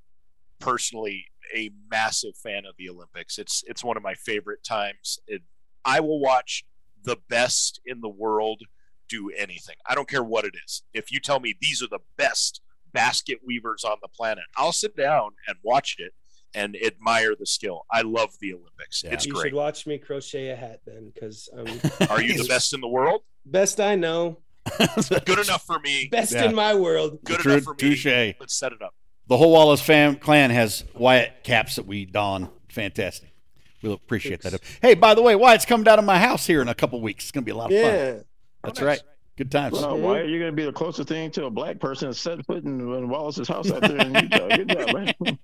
Speaker 2: personally a massive fan of the Olympics. It's it's one of my favorite times. It, I will watch the best in the world do anything. I don't care what it is. If you tell me these are the best basket weavers on the planet, I'll sit down and watch it and admire the skill. I love the Olympics.
Speaker 1: Yeah.
Speaker 2: It's
Speaker 3: you
Speaker 2: great.
Speaker 3: should watch me crochet a hat then, because I'm
Speaker 2: Are you the best in the world?
Speaker 3: best I know,
Speaker 2: Good enough for me.
Speaker 3: best
Speaker 1: Yeah.
Speaker 3: in my world.
Speaker 2: Good
Speaker 1: True-
Speaker 2: enough for me.
Speaker 1: touche.
Speaker 2: Let's set it up.
Speaker 1: The whole Wallace fam clan has Wyatt caps that we don. Fantastic. We'll appreciate
Speaker 3: Thanks.
Speaker 1: that. Hey, by the way, Wyatt's coming down to my house here in a couple weeks. It's gonna be a lot of fun.
Speaker 3: Yeah.
Speaker 1: That's
Speaker 2: Oh, nice.
Speaker 1: right. Good times.
Speaker 4: Well, why are you gonna be the closest thing to a black person that's set foot in, in Wallace's house out there in Utah? Good job, man.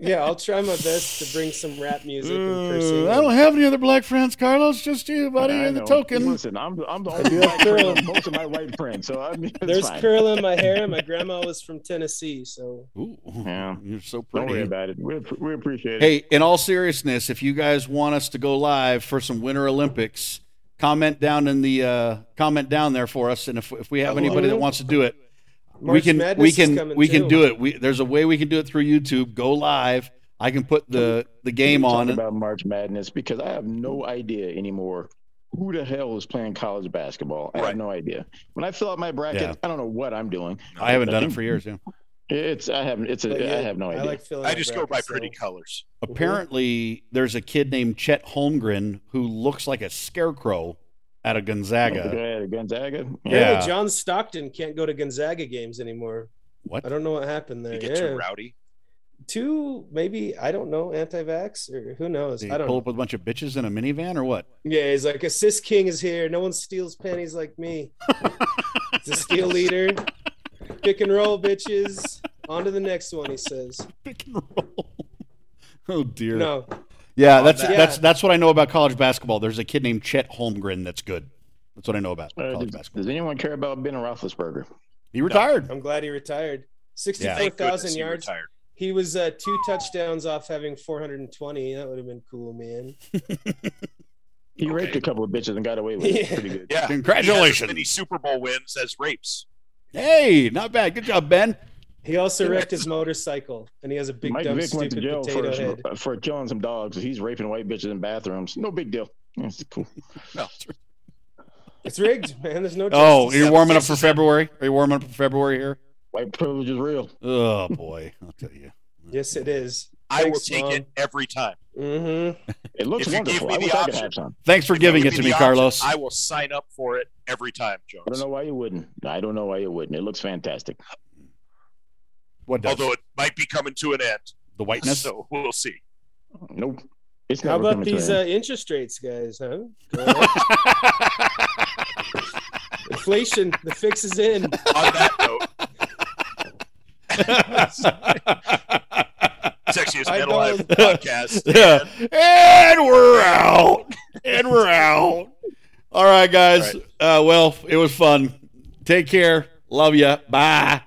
Speaker 3: Yeah, I'll try my best to bring some rap music and cursing.
Speaker 1: Uh, I don't have any other black friends, Carlos. Just you, buddy.
Speaker 4: I
Speaker 1: You're the
Speaker 4: know.
Speaker 1: token.
Speaker 4: Listen, I'm, I'm the
Speaker 3: do
Speaker 4: only
Speaker 3: have
Speaker 4: black friend
Speaker 3: curling.
Speaker 4: of most of my white friends, so I mean, it's
Speaker 3: There's
Speaker 4: fine.
Speaker 3: curl in my hair. and My grandma was from Tennessee, so
Speaker 1: Ooh,
Speaker 4: Yeah.
Speaker 1: you're so
Speaker 4: Don't worry
Speaker 1: pretty.
Speaker 4: about it. We, we appreciate it.
Speaker 1: Hey, in all seriousness, if you guys want us to go live for some Winter Olympics, comment down in the uh, comment down there for us, and if, if we have
Speaker 4: I love
Speaker 1: anybody
Speaker 3: it.
Speaker 1: that wants to do it, we
Speaker 3: March
Speaker 1: can
Speaker 3: Madness
Speaker 1: we
Speaker 3: is
Speaker 1: can
Speaker 3: coming
Speaker 1: we can
Speaker 3: too.
Speaker 1: do it. We, there's a way we can do it through YouTube. Go live. I can put the the game
Speaker 4: Talk
Speaker 1: on.
Speaker 4: about March Madness because I have no idea anymore who the hell is playing college basketball. I
Speaker 2: Right.
Speaker 4: have no idea. When I fill out my bracket,
Speaker 1: Yeah.
Speaker 4: I don't know what I'm doing.
Speaker 1: I haven't done it for years.
Speaker 3: Mm-hmm.
Speaker 1: Yeah.
Speaker 4: It's I haven't. It's
Speaker 3: But
Speaker 4: a.
Speaker 3: yeah,
Speaker 4: I have no idea.
Speaker 3: I like filling
Speaker 2: I
Speaker 3: out
Speaker 2: just go by
Speaker 3: brackets,
Speaker 2: pretty
Speaker 3: so-
Speaker 2: colors.
Speaker 1: Apparently, there's a kid named Chet Holmgren who looks like a scarecrow out of
Speaker 4: The guy
Speaker 1: Gonzaga.
Speaker 4: at Gonzaga. Uh,
Speaker 1: Yeah.
Speaker 3: Apparently, John Stockton can't go to Gonzaga games anymore. I
Speaker 1: What?
Speaker 3: don't know what happened there.
Speaker 2: You
Speaker 3: Two,
Speaker 2: get too rowdy.
Speaker 3: Two, maybe I don't know, anti-vax or who knows.
Speaker 1: They
Speaker 3: I don't
Speaker 1: pull
Speaker 3: know.
Speaker 1: up with a bunch of bitches in a minivan or what?
Speaker 3: Yeah, he's like a cis king is here. No one steals panties like me. He's a steel leader. Pick and roll, bitches. On to the next one, he says.
Speaker 1: Pick and roll. oh dear.
Speaker 3: No,
Speaker 1: Yeah, that's
Speaker 3: that-
Speaker 1: that's
Speaker 3: Yeah.
Speaker 1: that's what I know about college basketball. There's a kid named Chet Holmgren that's good. That's what I know about
Speaker 4: Uh,
Speaker 1: college
Speaker 4: does,
Speaker 1: basketball.
Speaker 4: does anyone care about Ben Roethlisberger?
Speaker 1: He retired.
Speaker 3: I'm glad he retired.
Speaker 2: Thank goodness
Speaker 3: 64,000
Speaker 2: he
Speaker 3: yards.
Speaker 2: retired.
Speaker 3: He was uh, two touchdowns off having 420. That would have been cool, man.
Speaker 4: He
Speaker 2: Okay.
Speaker 4: raped a couple of bitches and got away with it.
Speaker 3: Yeah.
Speaker 4: Pretty good.
Speaker 2: Yeah. He has as many
Speaker 1: Congratulations.
Speaker 2: Super Bowl wins as rapes.
Speaker 1: Hey, not bad. Good job, Ben.
Speaker 3: He also wrecked his motorcycle, and he has a big
Speaker 4: Mike
Speaker 3: dumb
Speaker 4: Vick went to
Speaker 3: stupid
Speaker 4: jail
Speaker 3: potato
Speaker 4: for
Speaker 3: head.
Speaker 4: for killing some dogs. He's raping white bitches in bathrooms. No big deal. That's cool.
Speaker 3: It's rigged, man. There's no.
Speaker 1: Oh,
Speaker 3: justice.
Speaker 1: you're warming up for February. Are you warming up for February here?
Speaker 4: White privilege is real.
Speaker 1: Oh boy, I'll tell you.
Speaker 3: yes, it is.
Speaker 2: I will
Speaker 3: Thanks,
Speaker 2: take
Speaker 3: Mom.
Speaker 2: it every time.
Speaker 3: Mm-hmm.
Speaker 4: It looks
Speaker 2: If you give
Speaker 4: wonderful.
Speaker 2: me the
Speaker 4: I wish I could
Speaker 2: option-
Speaker 4: have some.
Speaker 1: Thanks for
Speaker 2: If you
Speaker 1: giving it
Speaker 2: give
Speaker 1: to
Speaker 2: me
Speaker 1: me,
Speaker 2: the option,
Speaker 1: Carlos.
Speaker 2: I will sign up for it every time, Jones.
Speaker 4: I don't know why you wouldn't. I don't know why you wouldn't. It looks fantastic.
Speaker 1: What does
Speaker 2: Although it might be coming to an end.
Speaker 1: the whiteness?
Speaker 2: So we'll see.
Speaker 4: Nope. It's
Speaker 3: How
Speaker 4: never
Speaker 3: about
Speaker 4: coming to
Speaker 3: these
Speaker 4: an
Speaker 3: uh,
Speaker 4: end.
Speaker 3: interest rates, guys? Huh? Go ahead. Inflation. The fix is in.
Speaker 2: On that note, Sexiest
Speaker 3: I
Speaker 2: Man
Speaker 3: know.
Speaker 2: Alive podcast.
Speaker 1: and we're out. And we're out. All right, guys. Uh, well, it was fun. Take care. Love you. Bye.